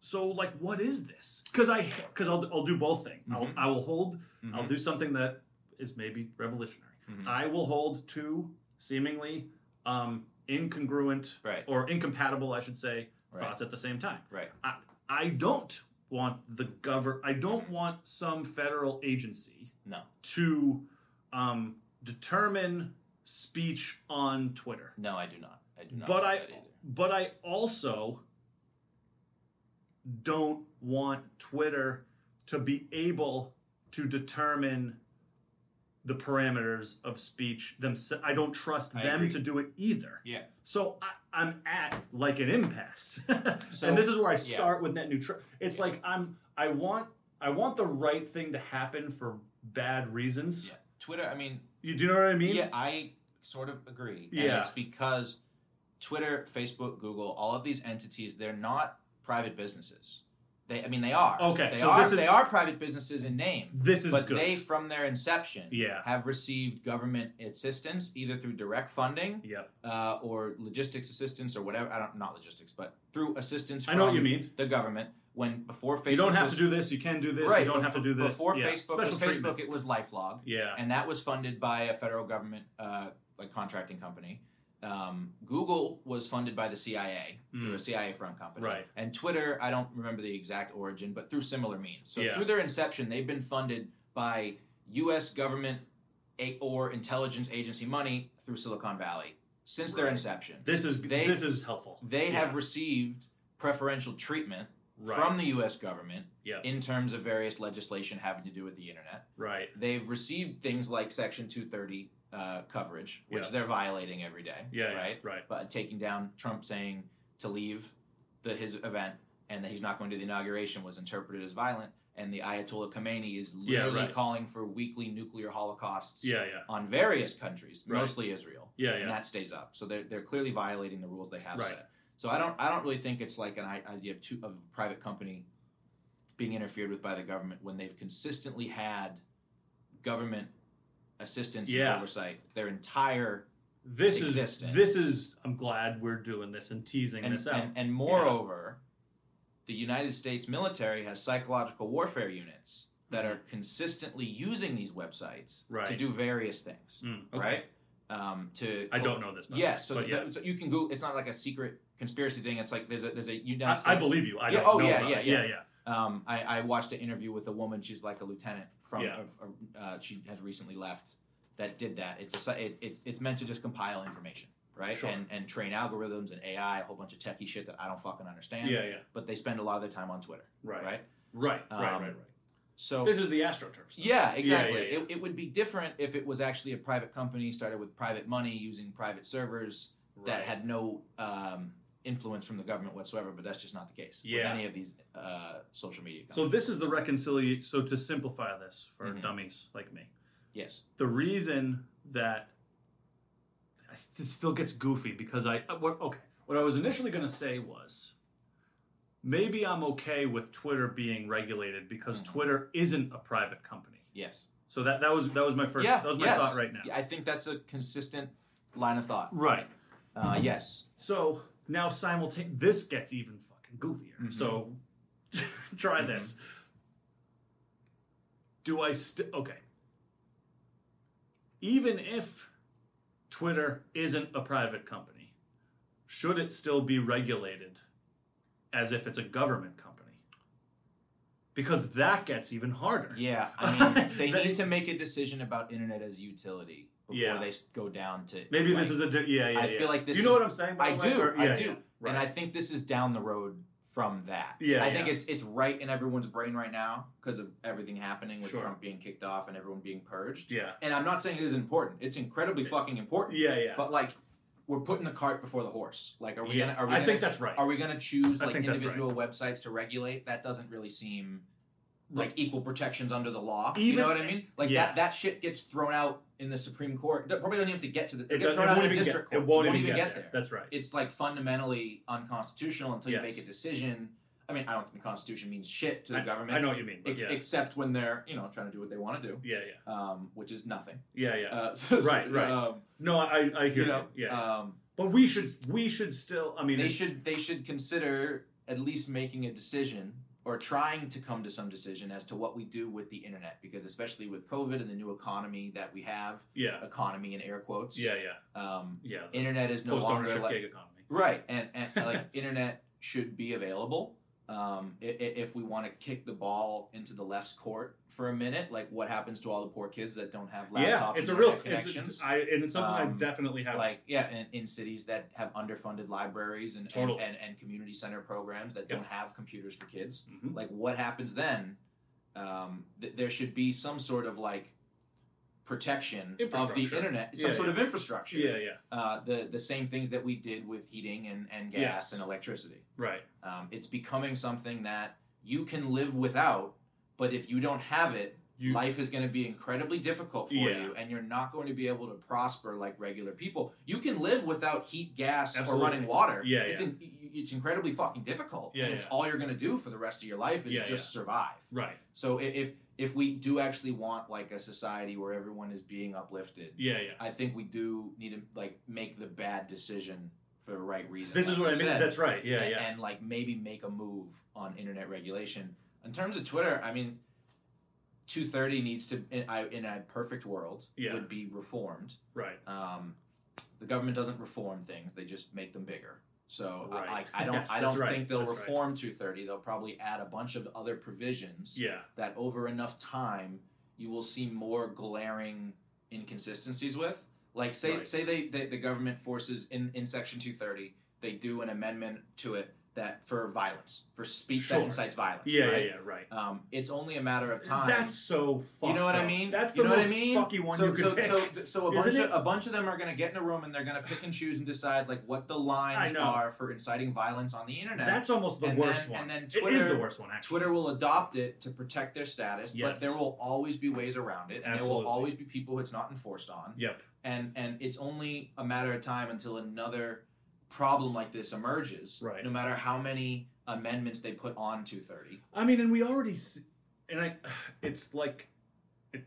A: so like, what is this? Because I because I'll, I'll do both things.
B: Mhm.
A: I'll, I will hold. I'll
B: Mhm.
A: do something that is maybe revolutionary.
B: Mhm.
A: I will hold two seemingly um, incongruent
B: Right,
A: or incompatible, I should say,
B: Right.
A: thoughts at the same time.
B: right,
A: I don't want the govern. I don't want some federal agency
B: No.
A: to um, determine speech on Twitter.
B: no, I do not. I do not.
A: But
B: like
A: I-
B: that either.
A: But I also don't want Twitter to be able to determine the parameters of speech themselves. I don't trust
B: I
A: them
B: agree.
A: to do it either.
B: Yeah.
A: So I, I'm at like an impasse.
B: So-
A: and this is where I start with net neutral. It's
B: Yeah.
A: like I'm I want I want the right thing to happen for bad reasons.
B: yeah, Twitter. I mean,
A: You do you know what I mean?
B: Yeah, I sort of agree. And
A: Yeah.
B: it's because Twitter, Facebook, Google, all of these entities, they're not private businesses. They, I mean, they are.
A: Okay,
B: They
A: so
B: are.
A: this is-
B: they are private businesses in name,
A: This is
B: but
A: good.
B: they, from their inception,
A: yeah.
B: have received government assistance either through direct funding
A: Yep.
B: uh, or logistics assistance or whatever. I don't not logistics, but through assistance. From
A: I know what you mean.
B: The government when before Facebook
A: You don't have
B: was-
A: to do this. You can do this.
B: Right,
A: You don't have to do this.
B: before
A: yeah.
B: Facebook
A: Special
B: was
A: treatment.
B: Facebook. It was LifeLog
A: Yeah.
B: and that was funded by a federal government uh, like contracting company. Um, Google was funded by the CIA through
A: Mm.
B: a CIA front company,
A: Right.
B: And Twitter, I don't remember the exact origin, but through similar means. So
A: Yeah.
B: through their inception, they've been funded by U.S. government a- or intelligence agency money through Silicon Valley since their
A: Right.
B: inception.
A: This is
B: They-
A: this is helpful.
B: They
A: Yeah.
B: have received preferential treatment
A: right.
B: from the U.S. government
A: Yeah.
B: in terms of various legislation having to do with the internet.
A: right.
B: They've received things like Section 230 uh, coverage, which
A: Yeah.
B: they're violating every day.
A: Yeah. yeah,
B: Right?
A: Right.
B: But taking down Trump saying to leave the his event and that he's not going to the inauguration was interpreted as violent. And the Ayatollah Khomeini is literally
A: right.
B: calling for weekly nuclear holocausts
A: Yeah, yeah,
B: on various countries,
A: Right.
B: mostly Israel,
A: yeah, yeah.
B: and that stays up. So they're they're clearly violating the rules they have
A: Right.
B: set. So I don't I don't really think it's like an i- idea of two, of a private company being interfered with by the government when they've consistently had government assistance
A: Yeah.
B: and oversight their entire
A: This
B: Existing.
A: is this is. I'm glad we're doing this and teasing
B: and,
A: this out.
B: and, and moreover, the United States military has psychological warfare units that are consistently using these websites to
A: Mm-hmm. Right.
B: do various things,
A: Mm, okay.
B: right? Um, to
A: I don't know this. But,
B: Yes, so,
A: Uh, but
B: th-
A: yeah.
B: that- so you can go. It's not like a secret conspiracy thing. It's like there's a there's a United
A: I,
B: States.
A: I believe you. I
B: Yeah,
A: don't
B: oh,
A: know
B: yeah,
A: about
B: yeah,
A: it.
B: yeah.
A: yeah, yeah.
B: Um, I, I watched an interview with a woman. She's like a lieutenant from.
A: Yeah.
B: of- of, uh, she has recently left. That did that. It's a si- it, it's it's meant to just compile information, right?
A: Sure.
B: And and train algorithms and AI, a whole bunch of techie shit that I don't fucking understand.
A: Yeah, yeah.
B: But they spend a lot of their time on Twitter,
A: Right.
B: right?
A: Right. Right. right.
B: Um,
A: right.
B: So
A: This is the AstroTurf. Stuff.
B: yeah, exactly.
A: yeah, yeah.
B: It, it would be different if it was actually a private company started with private money using private servers that
A: Right.
B: had no um, influence from the government whatsoever. But that's just not the case
A: Yeah.
B: with any of these uh, social media. Companies.
A: So this is the reconciliation. So to simplify this for
B: Mhm.
A: dummies like me,
B: yes,
A: the reason that I s- it still gets goofy because I uh, what okay what I was initially going to say was maybe I'm okay with Twitter being regulated because
B: Mhm.
A: Twitter isn't a private company.
B: yes,
A: So that that was that was my first
B: yeah,
A: that was my
B: yes.
A: thought right now.
B: Yeah, I think that's a consistent line of thought.
A: Right.
B: Uh, yes,
A: So now simultaneously, this gets even fucking goofier.
B: Mhm.
A: So
B: Mm-hmm.
A: try this. Do I still okay? Even if Twitter isn't a private company, should it still be regulated as if it's a government company? Because that gets even harder.
B: yeah. I mean, they
A: That-
B: need to make a decision about internet as utility before
A: Yeah.
B: they s- go down to
A: Maybe this
B: like-
A: is a di- yeah yeah.
B: I
A: yeah.
B: feel like this
A: Do you know
B: is-
A: what I'm saying? by
B: I
A: the way?
B: do,
A: Or-
B: I
A: yeah,
B: do,
A: yeah, right.
B: and I think this is down the road from that.
A: Yeah,
B: I think
A: yeah.
B: it's it's right in everyone's brain right now because of everything happening with
A: Sure.
B: Trump being kicked off and everyone being purged.
A: yeah
B: And I'm not saying it is important. It's incredibly fucking important.
A: yeah yeah.
B: But like, we're putting the cart before the horse. Like, are we
A: Yeah,
B: gonna? Are we
A: I
B: gonna,
A: think that's right.
B: Are we gonna choose
A: I
B: like
A: think that's
B: individual websites to regulate? That doesn't really seem like
A: Right.
B: equal protections under the law. you
A: Even-
B: know what I mean? Like
A: yeah.
B: that. That shit gets thrown out in the Supreme Court. That probably doesn't even have to get to the.
A: It,
B: gets
A: does,
B: thrown
A: it,
B: out
A: won't
B: in
A: even get,
B: the district court.
A: it won't
B: even get, there.
A: That's right.
B: It's like fundamentally unconstitutional until you
A: Yes.
B: make a decision. I mean, I don't think the Constitution means shit to the
A: I-
B: government,
A: I know what you mean. But
B: ex-
A: yeah.
B: except when they're you know trying to do what they want to do,
A: yeah,
B: um, which is nothing.
A: yeah, yeah, yeah.
B: Uh, so- so,
A: Right, right.
B: Um,
A: no, I, I hear
B: you
A: you.
B: know,
A: yeah,
B: um,
A: but we should, we should still. I mean,
B: they
A: it-
B: should they should consider at least making a decision or trying to come to some decision as to what we do with the internet because especially with COVID and the new economy that we have,
A: yeah,
B: economy in air quotes,
A: yeah, yeah,
B: um,
A: yeah. the
B: internet is no
A: Post
B: longer
A: ownership
B: like
A: gig economy.
B: right and, and like internet should be available. Um, i- i- if we want to kick the ball into the left's court for a minute, like what happens to all the poor kids that don't have laptops?
A: Yeah,
B: and
A: it's a
B: internet
A: real. It's,
B: connections?
A: it's, I, and it's something I
B: Um,
A: definitely have.
B: like yeah in, in cities that have underfunded libraries and,
A: Totally.
B: and, and, and community center programs that don't have computers for kids
A: Mhm.
B: like what happens then um, th- there should be some sort of like protection of the
A: Infrastructure.
B: internet some
A: Yeah,
B: sort
A: yeah.
B: of infrastructure
A: yeah, yeah,
B: uh, the, the same things that we did with heating and, and gas
A: Yes.
B: and electricity
A: right,
B: um, it's becoming something that you can live without but if you don't have it
A: You-
B: life is going to be incredibly difficult for
A: Yeah.
B: you and you're not going to be able to prosper like regular people you can live without heat gas
A: Absolutely.
B: or running water
A: Yeah,
B: it's,
A: yeah.
B: in, it's incredibly fucking difficult
A: Yeah,
B: and it's
A: yeah.
B: all you're going to do for the rest of your life is
A: Yeah,
B: just survive
A: right.
B: so i- if if we do actually want like a society where everyone is being uplifted
A: Yeah, yeah.
B: i think we do need to like make the bad decision for the right reason
A: This
B: like
A: is what I
B: you
A: mean.
B: said
A: That's right. Yeah,
B: and,
A: yeah,
B: and, like maybe make a move on internet regulation. In terms of Twitter, I mean, 230 needs to in, I, in a perfect world
A: Yeah.
B: would be reformed.
A: right.
B: Um, the government doesn't reform things; they just make them bigger. So I-
A: Right.
B: I, I don't
A: Yes,
B: I
A: that's
B: don't
A: right.
B: think they'll
A: That's right.
B: reform 230. They'll probably add a bunch of other provisions
A: Yeah,
B: that over enough time you will see more glaring inconsistencies with. Like say
A: Right.
B: say they, they the government forces in in section 230 they do an amendment to it that for violence, for speech
A: Sure.
B: that incites violence.
A: Yeah,
B: right?
A: yeah, yeah, right.
B: Um, it's only a matter of time.
A: That's so fucked
B: you know what I
A: up.
B: mean?
A: That's the
B: you know
A: most
B: what I mean?
A: fucky one
B: so,
A: you could
B: so,
A: pick.
B: So, so a
A: Isn't
B: bunch
A: it?
B: of a bunch of them are going to get in a room and they're going to pick and choose and decide like what the
A: I
B: lines
A: know.
B: are for inciting violence on the internet.
A: That's almost the
B: and
A: worst
B: then,
A: one.
B: And then
A: it is
B: Twitter
A: the worst one, actually.
B: Twitter will adopt it to protect their status,
A: Yes.
B: but there will always be ways around it, and there
A: Absolutely.
B: will always be people it's not enforced on.
A: Yep.
B: And and it's only a matter of time until another problem like this emerges.
A: Right.
B: No matter how many amendments they put on 230.
A: I mean, and we already, s and I, it's like, it,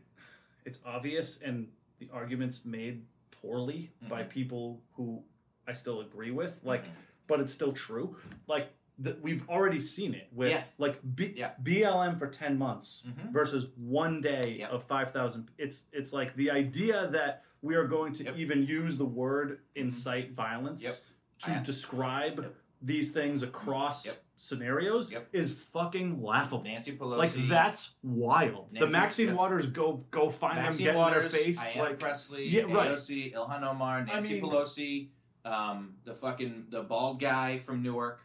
A: it's obvious, and the arguments made poorly
B: Mm-hmm.
A: by people who I still agree with, like, but it's still true. Like th- we've already seen it with
B: Yeah.
A: like B-
B: Yeah.
A: BLM for ten months
B: Mhm.
A: versus one day
B: Yep.
A: of five thousand. It's it's like the idea that we are going to
B: Yep. Mm-hmm.
A: even use the word incite violence
B: Yep.
A: to
B: I-
A: describe
B: Yep.
A: these things across
B: Yep.
A: scenarios
B: Yep.
A: is fucking laughable.
B: Mm-hmm. Nancy Pelosi.
A: Like that's wild. the
B: Nancy-
A: Maxine
B: yeah.
A: Waters go go find
B: Maxine
A: them, get
B: Waters,
A: in their face.
B: Ayanna
A: like
B: Presley,
A: Yeah, right.
B: AOC, Ilhan Omar, Nancy
A: mean-
B: Pelosi, um, the fucking the bald guy from Newark,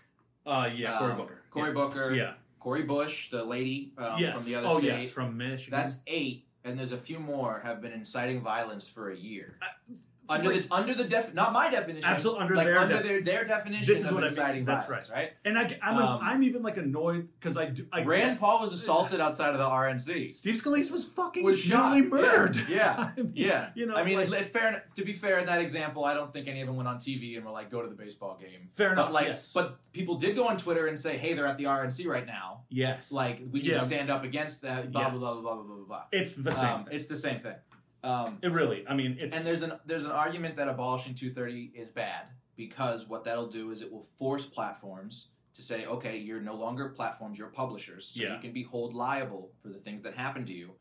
A: uh yeah, Cory
B: um,
A: Booker.
B: Cory Booker,
A: yeah. yeah.
B: Cory Bush, the lady um,
A: yes.
B: from the other
A: oh
B: state.
A: yes, from Michigan.
B: That's eight, and there's a few more have been inciting violence for a year.
A: I-
B: under the under the def, not my definition.
A: Uh, Absolute- under
B: like,
A: their
B: under
A: def-
B: their their definition
A: This is
B: of
A: what I mean.
B: inciting
A: That's
B: violence, right?
A: And I, I'm,
B: Um,
A: I'm even like annoyed because I do. I,
B: Rand Paul was assaulted outside of the RNC.
A: Steve Scalise was fucking
B: Was shot.
A: nearly
B: Yeah.
A: murdered.
B: Yeah.
A: I mean,
B: Yeah,
A: You know,
B: I mean,
A: like-
B: li- fair. To be fair, in that example, I don't think any of them went on TV and were like, "Go to the baseball game."
A: fair enough.
B: But like,
A: yes.
B: but people did go on Twitter and say, "Hey, they're at the RNC right now.
A: yes,
B: Like, we need
A: Yeah.
B: to stand up against that." Blah
A: Yes.
B: blah blah blah blah blah blah.
A: it's the same.
B: Um,
A: thing.
B: It's the same thing. Um,
A: It really. I mean, it's
B: and there's an there's an argument that abolishing 230 is bad because what that'll do is it will force platforms to say, "Okay, you're no longer platforms; you're publishers, so
A: Yeah.
B: you can be hold liable for the things that happen to you."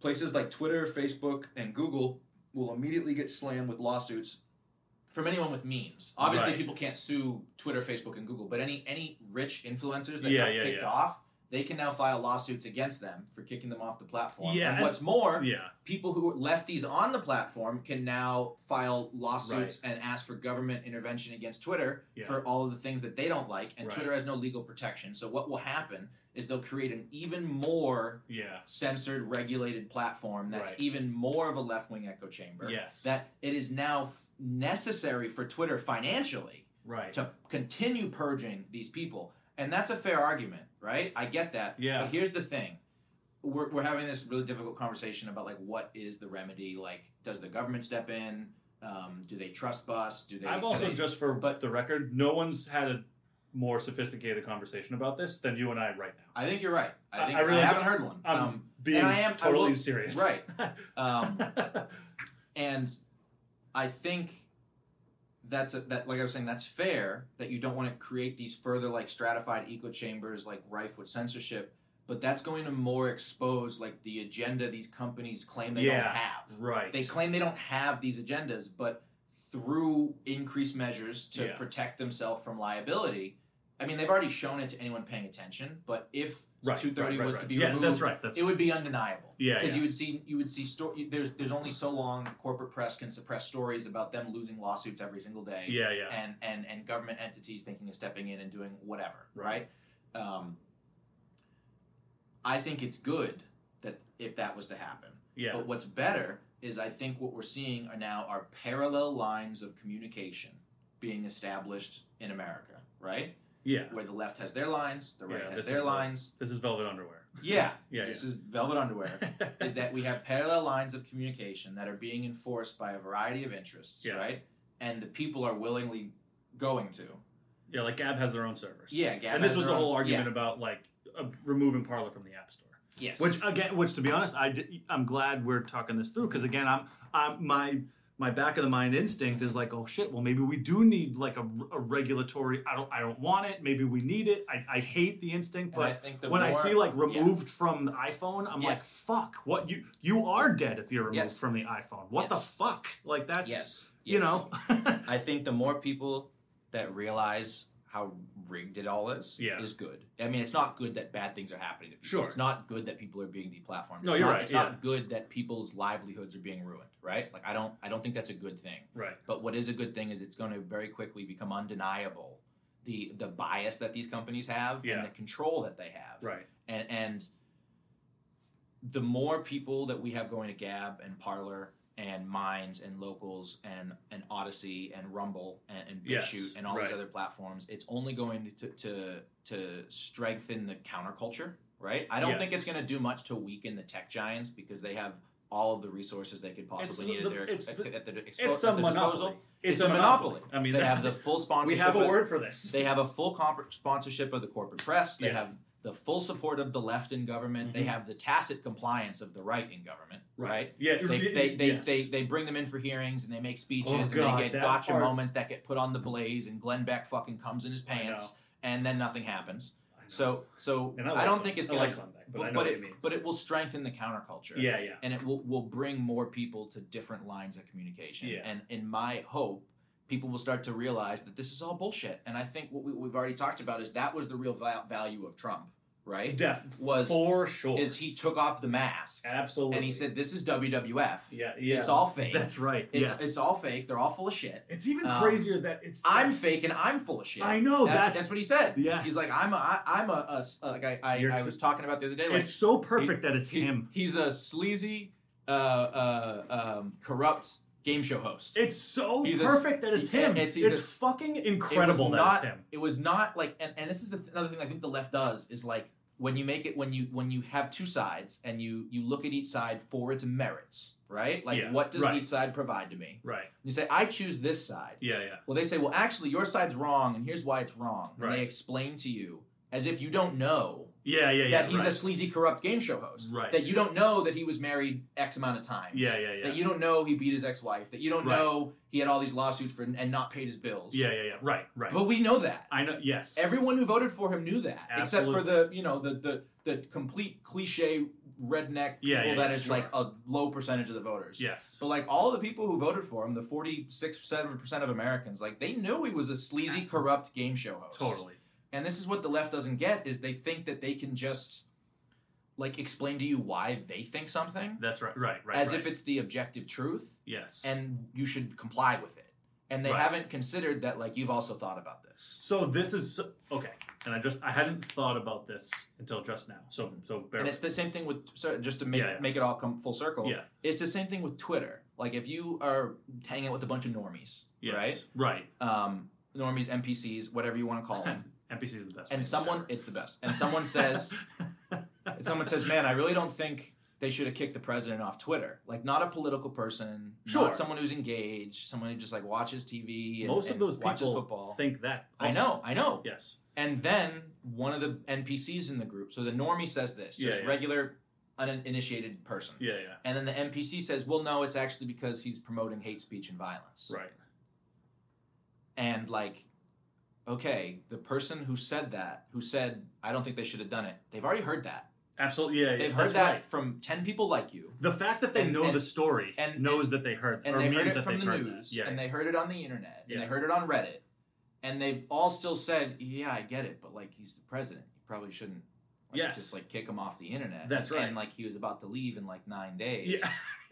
B: Places like Twitter, Facebook, and Google will immediately get slammed with lawsuits from anyone with means. Obviously,
A: Right.
B: people can't sue Twitter, Facebook, and Google, but any any rich influencers that
A: Yeah,
B: got
A: yeah,
B: kicked
A: yeah.
B: off, they can now file lawsuits against them for kicking them off the platform.
A: Yeah,
B: and
A: and-
B: what's more,
A: yeah.
B: people who lefties on the platform can now file lawsuits and ask for government intervention against Twitter
A: Yeah.
B: for all of the things that they don't like, and
A: Right.
B: Twitter has no legal protection. So what will happen is they'll create an even more
A: Yeah.
B: censored, regulated platform that's
A: Right.
B: even more of a left wing echo chamber.
A: Yes.
B: That it is now f- necessary for Twitter financially
A: right.
B: to continue purging these people. And that's a fair argument, right? I get that.
A: Yeah.
B: But here's the thing. We're, we're having this really difficult conversation about like what is the remedy? Like, does the government step in? Um, do they trust bus? Do they?
A: I've
B: do
A: also
B: they-
A: just for
B: but-
A: the record, no one's had a more sophisticated conversation about this than you and I right now.
B: I think you're right.
A: I-
B: I think
A: I really
B: haven't heard one.
A: I'm
B: Um,
A: being
B: and I am- I
A: totally
B: will-
A: serious.
B: right. um, and I think that's a, that like I was saying that's fair that you don't want to create these further like stratified echo chambers like rife with censorship but that's going to more expose like the agenda these companies claim they
A: Yeah,
B: don't have
A: right.
B: they claim they don't have these agendas but through increased measures to
A: Yeah.
B: protect themselves from liability I mean they've already shown it to anyone paying attention but if
A: right,
B: 230
A: right,
B: was
A: right,
B: to be
A: yeah,
B: removed
A: That's right. That's
B: it would be undeniable
A: yeah.
B: because
A: yeah.
B: you would see you would see sto- you- there's there's only so long corporate press can suppress stories about them losing lawsuits every single day
A: yeah. Yeah.
B: and and and government entities thinking of stepping in and doing whatever
A: Right.
B: right, Um, I think it's good that if that was to happen
A: Yeah.
B: but what's better is I think what we're seeing are now are parallel lines of communication being established in America right
A: Yeah.
B: where the left has their lines the right
A: Yeah,
B: has
A: this
B: their
A: is the-
B: lines
A: This is velvet underwear.
B: yeah,
A: Yeah,
B: this is velvet underwear is that we have parallel lines of communication that are being enforced by a variety of interests,
A: Yeah.
B: right? And the people are willingly going to.
A: Yeah, like Gab has their own servers.
B: Yeah, Gab
A: and this
B: has
A: was
B: their
A: the
B: own-
A: whole argument about like uh, removing Parler from the App Store.
B: Yes.
A: Which again, which to be honest, I di- I'm glad we're talking this through because again, I'm, I'm my my back of the mind instinct is like, oh shit, well maybe we do need like a, a regulatory. I don't I don't want it. Maybe we need it. I, I hate the instinct,
B: and I
A: but
B: think the
A: when I
B: more-
A: see like
B: yeah.
A: removed from the iPhone, I'm
B: Yeah.
A: like, fuck, what you you are dead if you're removed
B: Yes.
A: from the iPhone. What the
B: Yes.
A: fuck? Like that's
B: yes,
A: you
B: yes.
A: know,
B: I think the more people that realize how rigged it all is
A: Yeah.
B: is good. I mean, it's not good that bad things are happening to people.
A: Sure.
B: It's not good that people are being deplatformed.
A: No,
B: it's
A: you're
B: not,
A: right,
B: It's not good that people's livelihoods are being ruined, right? Like I don't I don't think that's a good thing.
A: right?
B: But what is a good thing is it's going to very quickly become undeniable the the bias that these companies have
A: Yeah.
B: and the control that they have
A: Right.
B: and and the more people that we have going to Gab and Parlor and Minds and Locals and and Odyssey and Rumble and, and BitChute
A: Yes,
B: and all
A: right.
B: these other platforms, it's only going to to to strengthen the counterculture, right? I don't think
A: Yes.
B: it's going to do much to weaken the tech giants because they have all of the resources they could possibly
A: the-
B: need
A: the-
B: at their
A: it's
B: expo-
A: the-
B: at their expo-
A: It's a
B: at their
A: monopoly.
B: disposal.
A: It's a monopoly. I mean,
B: They have the full
A: we
B: sponsorship.
A: have a
B: of-
A: word for this.
B: they have a full comp- sponsorship of the corporate press. They
A: Yeah.
B: have the full support of the left in government. They
A: Mhm.
B: have the tacit compliance of the right in government. Right.
A: Yeah.
B: They,
A: it-
B: they,
A: it-
B: they,
A: yes.
B: they, they bring them in for hearings and they make speeches
A: Oh,
B: and
A: God,
B: they get
A: that
B: gotcha
A: part-
B: moments that get put on the blaze and Glenn Beck fucking comes in his
A: I know.
B: pants and then nothing happens.
A: I know.
B: So so
A: And I,
B: I
A: like
B: don't
A: Glenn-
B: think it's
A: I
B: gonna
A: like Glenn Beck, but, I know what
B: it
A: you mean.
B: but it will strengthen the counterculture
A: Yeah, yeah.
B: and it will, will bring more people to different lines of communication.
A: Yeah.
B: And in my hope, people will start to realize that this is all bullshit. And I think what we, we've already talked about is that was the real val- value of Trump, right?
A: Def
B: Was-
A: for sure.
B: Is he took off the mask
A: absolutely.
B: and he said, "This is WWF.
A: "Yeah, yeah,
B: It's all fake.
A: That's right.
B: it's,
A: yes,
B: it's all fake. They're all full of shit.
A: It's even
B: um,
A: crazier that it's.
B: I'm fake and I'm full of shit."
A: I know
B: that's,
A: that's.
B: that's what he said.
A: Yes.
B: He's like, "I'm a, I, I'm a, a s- like I, I,
A: You're
B: I
A: too-
B: was talking about the other day. Like,
A: it's so perfect that it's
B: He-
A: him.
B: He's a sleazy, uh, uh, um, corrupt game show host.
A: It's so
B: He's a-
A: perfect that it's
B: he-
A: him. It's,
B: it's- he's a-
A: fucking incredible that
B: not-
A: it's him.
B: it was not like, and, and this is the, another thing I think the left does is like when you make it when you when you have two sides and you you look at each side for its merits, right? Like
A: Yeah,
B: what does
A: right.
B: each side provide to me?
A: Right.
B: You say I choose this side.
A: Yeah. Yeah.
B: Well, they say, well, actually, your side's wrong, and here's why it's wrong. And
A: Right.
B: they explain to you as if you don't know
A: Yeah. Yeah. Yeah.
B: that he's a
A: right.
B: sleazy, corrupt game show host.
A: Right.
B: That you don't know that he was married X amount of times.
A: Yeah. Yeah. Yeah.
B: That you don't know he beat his ex-wife. That you don't
A: Right.
B: know he had all these lawsuits for and not paid his bills.
A: yeah. Yeah. Yeah. Right. Right.
B: But we know that.
A: I know. Yes.
B: Everyone who voted for him knew that, except for
A: Absolutely.
B: the you know the the the complete cliche redneck
A: Yeah,
B: people
A: yeah,
B: that
A: yeah,
B: is
A: sure.
B: like a low percentage of the voters.
A: yes.
B: So like all the people who voted for him, the forty six percent of Americans, like they knew he was a sleazy, corrupt game show host.
A: Totally.
B: And this is what the left doesn't get is they think that they can just like explain to you why they think something
A: That's right. Right. Right.
B: as
A: right.
B: if it's the objective truth
A: yes.
B: and you should comply with it. And they
A: Right.
B: haven't considered that, like, you've also thought about this.
A: So this is okay, and I just I hadn't thought about this until just now. So so bear
B: And it's the same thing with, sorry, just to make,
A: Yeah, yeah.
B: make it all come full circle,
A: Yeah.
B: it's the same thing with Twitter. Like, if you are hanging out with a bunch of normies,
A: yes, right.
B: right? Um, normies, NPCs, whatever you want to call them.
A: NPC is the best.
B: and
A: name
B: someone,
A: ever.
B: it's the best. And someone says, and someone says, man, I really don't think they should have kicked the president off Twitter. Like, not a political person,
A: Sure.
B: not someone who's engaged, someone who just, like, watches TV and,
A: most of
B: and
A: those
B: watches
A: people
B: football.
A: think that.
B: I
A: also.
B: know, I know.
A: Yes.
B: And then one of the NPCs in the group, so the normie says this, just
A: Yeah, yeah.
B: regular uninitiated person.
A: Yeah.
B: And then the NPC says, well, no, it's actually because he's promoting hate speech and violence.
A: Yeah. Right.
B: And like, okay, the person who said that, who said, I don't think they should have done it, they've already heard that.
A: Absolutely. Yeah. yeah,
B: They've heard
A: that's
B: that
A: right.
B: from 10 people like you.
A: The fact that they
B: And-
A: know
B: and-
A: the story
B: and-
A: knows that they heard,
B: And
A: or
B: they
A: means
B: heard it
A: that
B: from
A: they've
B: the
A: heard
B: news,
A: That. Yeah.
B: and they heard it on the internet, and
A: Yeah.
B: they heard it on Reddit, and they've all still said, "Yeah, I get it, but like he's the president, you probably shouldn't like,
A: Yes.
B: just like kick him off the internet."
A: That's right.
B: And like he was about to leave in like nine days.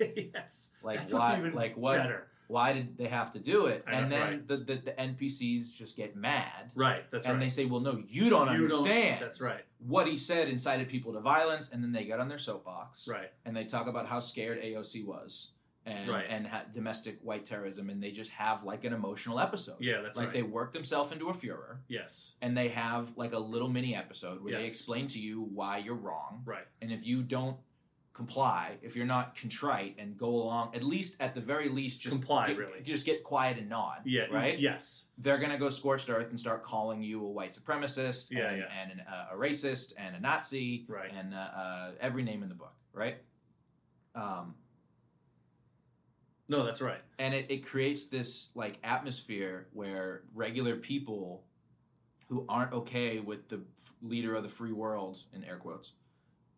A: yeah. yes.
B: Like
A: That's
B: why?
A: what's even
B: like what?
A: better.
B: Why did they have to do it?
A: I
B: and
A: know,
B: then
A: right.
B: the, the the NPCs just get mad,
A: Right. That's
B: and
A: right.
B: they say, "Well, no, you don't
A: You don't-
B: understand."
A: That's right.
B: What he said incited people to violence, and then they get on their soapbox,
A: Right.
B: and they talk about how scared AOC was and
A: Right.
B: and ha- domestic white terrorism, and they just have like an emotional episode.
A: Yeah. That's
B: like
A: right.
B: they work themselves into a furor,
A: yes.
B: and they have like a little mini episode where they
A: Yes.
B: explain to you why you're wrong,
A: Right.
B: and if you don't comply, if you're not contrite and go along, at least at the very least, just
A: Comply,
B: get,
A: really.
B: just get quiet and nod.
A: Yeah.
B: Right?
A: Yes.
B: They're gonna go scorched earth and start calling you a white supremacist,
A: Yeah,
B: and,
A: yeah.
B: and an, uh, a racist, and a Nazi,
A: Right.
B: and uh, uh, every name in the book, right? Um,
A: No. That's right.
B: and it, it creates this like atmosphere where regular people who aren't okay with the f- leader of the free world in air quotes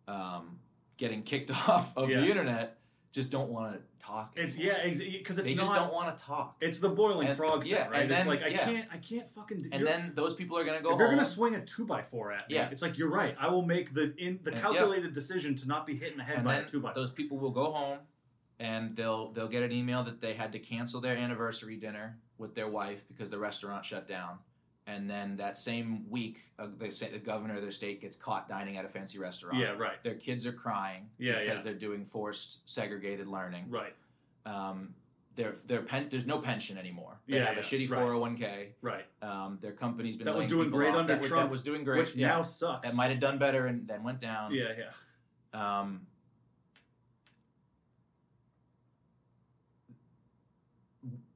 B: um, getting kicked off of
A: Yeah.
B: the internet just don't want to talk
A: It's
B: anymore.
A: yeah. Because it's
B: they
A: not.
B: just don't want to talk
A: It's the boiling
B: And-
A: frog
B: yeah,
A: thing, right?
B: and
A: it's
B: then-
A: like I
B: yeah.
A: can't, I can't fucking.
B: and then those people are going to
A: if
B: go
A: you're
B: home
A: gonna swing a two by four at me,
B: Yeah.
A: it's like you're right. I will make the in the
B: And- yeah.
A: calculated decision to not be hit in the head
B: and
A: by
B: then
A: a two by four.
B: those people will go home and they'll they'll get an email that they had to cancel their anniversary dinner with their wife because the restaurant shut down and then that same week, uh, the, sa- the governor of their state gets caught dining at a fancy restaurant.
A: Yeah, right.
B: Their kids are crying
A: Yeah,
B: because
A: yeah.
B: they're doing forced segregated learning.
A: Right,
B: Um, their their pen, there's no pension anymore. They
A: Yeah,
B: have
A: yeah,
B: a shitty
A: right.
B: 401k.
A: right.
B: Um, their company's been
A: That was
B: laying
A: doing
B: people
A: great
B: off.
A: under
B: that, was-
A: Trump,
B: That was doing great.
A: Which
B: yeah.
A: now sucks.
B: that might have done better and then went down.
A: yeah, yeah.
B: Um,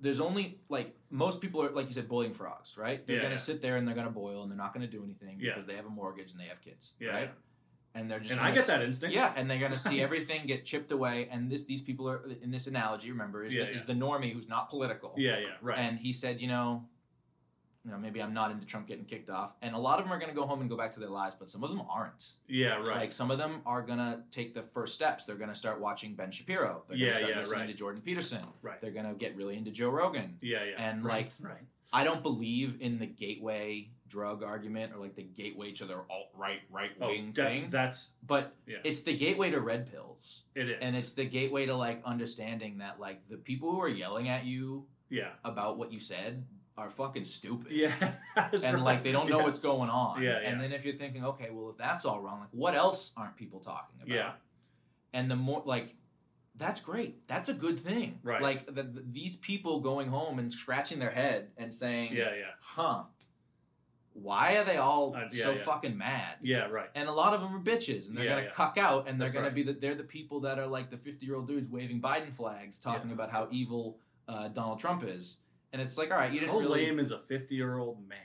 B: there's only like most people are like you said bullying frogs, right? They're
A: Yeah,
B: gonna
A: yeah.
B: sit there and they're gonna boil and they're not gonna do anything
A: Yeah.
B: because they have a mortgage and they have kids,
A: Yeah,
B: right? And they're just
A: And
B: gonna
A: I get
B: s-
A: that instinct.
B: Yeah, and they're gonna see everything get chipped away. And this these people are in this analogy. Remember, is,
A: Yeah,
B: the, is the normie who's not political.
A: Yeah, yeah, right.
B: And he said, you know, you know, maybe I'm not into Trump getting kicked off. And a lot of them are gonna go home and go back to their lives, but some of them aren't.
A: yeah, right.
B: Like some of them are gonna take the first steps. They're gonna start watching Ben Shapiro. They're
A: Yeah,
B: gonna start
A: yeah,
B: listening
A: right.
B: to Jordan Peterson.
A: Right.
B: They're gonna get really into Joe Rogan.
A: yeah, yeah.
B: and,
A: right,
B: like,
A: right.
B: I don't believe in the gateway drug argument or like the gateway to their alt right, right
A: Oh,
B: wing
A: def-
B: thing.
A: that's
B: but
A: Yeah.
B: it's the gateway to red pills.
A: it is.
B: And it's the gateway to like understanding that like the people who are yelling at you
A: yeah,
B: about what you said are fucking stupid.
A: yeah. That's
B: And
A: right.
B: like they don't know
A: Yes.
B: what's going on.
A: Yeah, yeah.
B: And then if you're thinking, okay, well if that's all wrong, like what else aren't people talking about?
A: Yeah.
B: And the more like that's great. That's a good thing.
A: Right.
B: Like the, the, these people going home and scratching their head and saying,
A: Yeah, yeah,
B: "Huh. Why are they all
A: Uh, yeah,
B: so
A: yeah.
B: fucking mad?"
A: yeah. Right.
B: And a lot of them are bitches and they're
A: Yeah,
B: going to
A: yeah.
B: cuck out and they're
A: That's
B: going
A: right.
B: to be that they're the people that are like the 50-year-old dudes waving Biden flags talking
A: Yeah.
B: about how evil uh, Donald Trump is. And it's like, "All right, you didn't
A: How
B: really
A: lame is a fifty-year-old man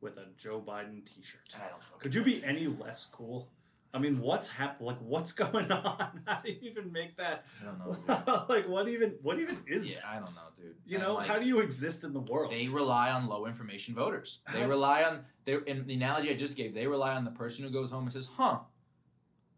A: with a Joe Biden T-shirt?
B: I don't fucking
A: Could you be any less cool? I mean, what's hap- Like, what's going on? How do you even make that?
B: I don't know. dude.
A: like, what even? What even is
B: yeah,
A: that?
B: I don't know, dude.
A: You
B: And,
A: know,
B: like,
A: how do you exist in the world?
B: they rely on low information voters. They
A: How-
B: rely on they in the analogy I just gave. They rely on the person who goes home and says, "Huh,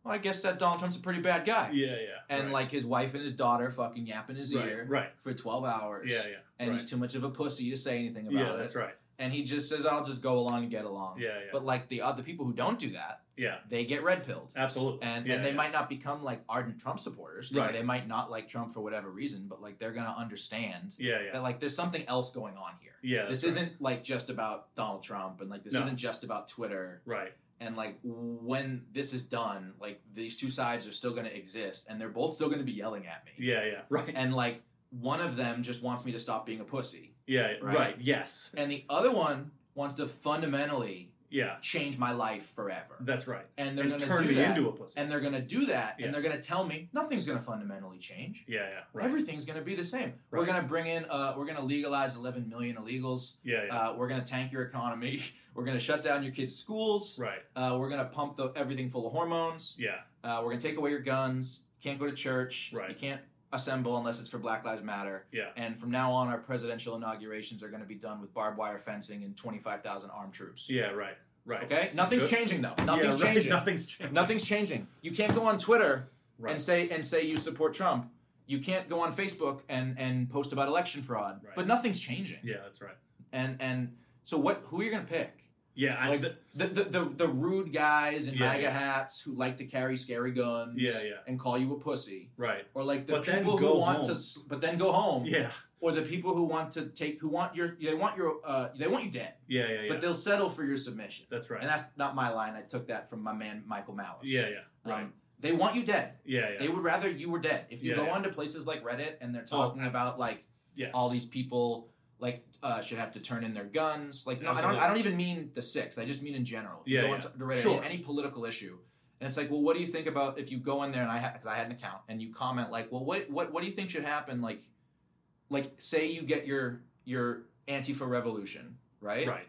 B: well, I guess that Donald Trump's a pretty bad guy,"
A: yeah, yeah.
B: and
A: right.
B: like his wife and his daughter fucking yap in his
A: right,
B: ear
A: right?
B: for twelve hours.
A: Yeah, yeah.
B: And
A: right.
B: he's too much of a pussy to say anything about
A: yeah,
B: it.
A: that's right.
B: And he just says, "I'll just go along and get along."
A: Yeah, yeah,
B: But like the other people who don't do that,
A: yeah.
B: they get red pilled.
A: Absolutely.
B: and
A: yeah,
B: and they
A: yeah.
B: might not become like ardent Trump supporters. You know,
A: Right.
B: they might not like Trump for whatever reason, but like they're gonna understand
A: Yeah, yeah.
B: that like there's something else going on here.
A: yeah.
B: this
A: that's right.
B: isn't like just about Donald Trump and like this
A: No.
B: isn't just about Twitter
A: right.
B: and like when this is done, like these two sides are still going to exist and they're both still going to be yelling at me.
A: Yeah, yeah. Right.
B: And like one of them just wants me to stop being a pussy
A: Yeah, right.
B: Right?
A: Yes.
B: and the other one wants to fundamentally
A: Yeah.
B: change my life forever.
A: That's right.
B: And they're
A: and
B: going to
A: turn
B: do
A: me
B: that.
A: into a pussy.
B: and they're going to do that
A: Yeah.
B: and they're going to tell me nothing's going to fundamentally change.
A: yeah, yeah. Right.
B: Everything's going to be the same. We're
A: Right.
B: going to bring in uh we're going to legalize 11 million illegals.
A: yeah, yeah.
B: Uh, we're going to tank your economy. We're going to shut down your kids' schools.
A: right.
B: Uh, we're going to pump the, everything full of hormones.
A: Yeah.
B: Uh, we're going to take away your guns. Can't go to church.
A: Right.
B: You can't assemble unless it's for Black Lives Matter.
A: Yeah.
B: And from now on, our presidential inaugurations are going to be done with barbed wire fencing and 25,000 armed troops.
A: Yeah, right. Right.
B: Okay?
A: Sounds
B: Nothing's
A: good.
B: changing, though.
A: Yeah,
B: Nothing's
A: right.
B: changing.
A: Nothing's changing.
B: Nothing's changing. You can't go on Twitter
A: Right.
B: and say and say you support Trump. You can't go on Facebook and, and post about election fraud.
A: Right.
B: But nothing's changing.
A: yeah, that's right.
B: And and so what who are you gonna pick?
A: Yeah, I,
B: like
A: th-
B: the, the, the, the rude guys in
A: Yeah,
B: MAGA
A: yeah.
B: hats who like to carry scary guns
A: Yeah, yeah.
B: and call you a pussy.
A: right.
B: Or like the
A: But then
B: people
A: go
B: who want
A: home.
B: to, s- but then go home.
A: Yeah.
B: Or the people who want to take, who want your, they want your, uh, they want you dead,
A: Yeah, yeah, yeah.
B: but they'll settle for your submission.
A: that's right.
B: And that's not my line. I took that from my man Michael Malice.
A: yeah, yeah. Right.
B: Um, they want you dead.
A: yeah, yeah.
B: They would rather you were dead. If you
A: Yeah,
B: go
A: yeah. Oh,
B: onto places like Reddit and they're talking about like
A: yes.
B: all these people like uh, should have to turn in their guns. Like no, I don't.
A: Absolutely.
B: I don't even mean the six. I just mean in general. If
A: Yeah,
B: you go
A: yeah.
B: into- to Reddit,
A: Sure.
B: any political issue, and it's like, well, what do you think about if you go in there and I because I had an account and you comment like, well, what what what do you think should happen? Like, like say you get your your Antifa revolution, right?
A: Right.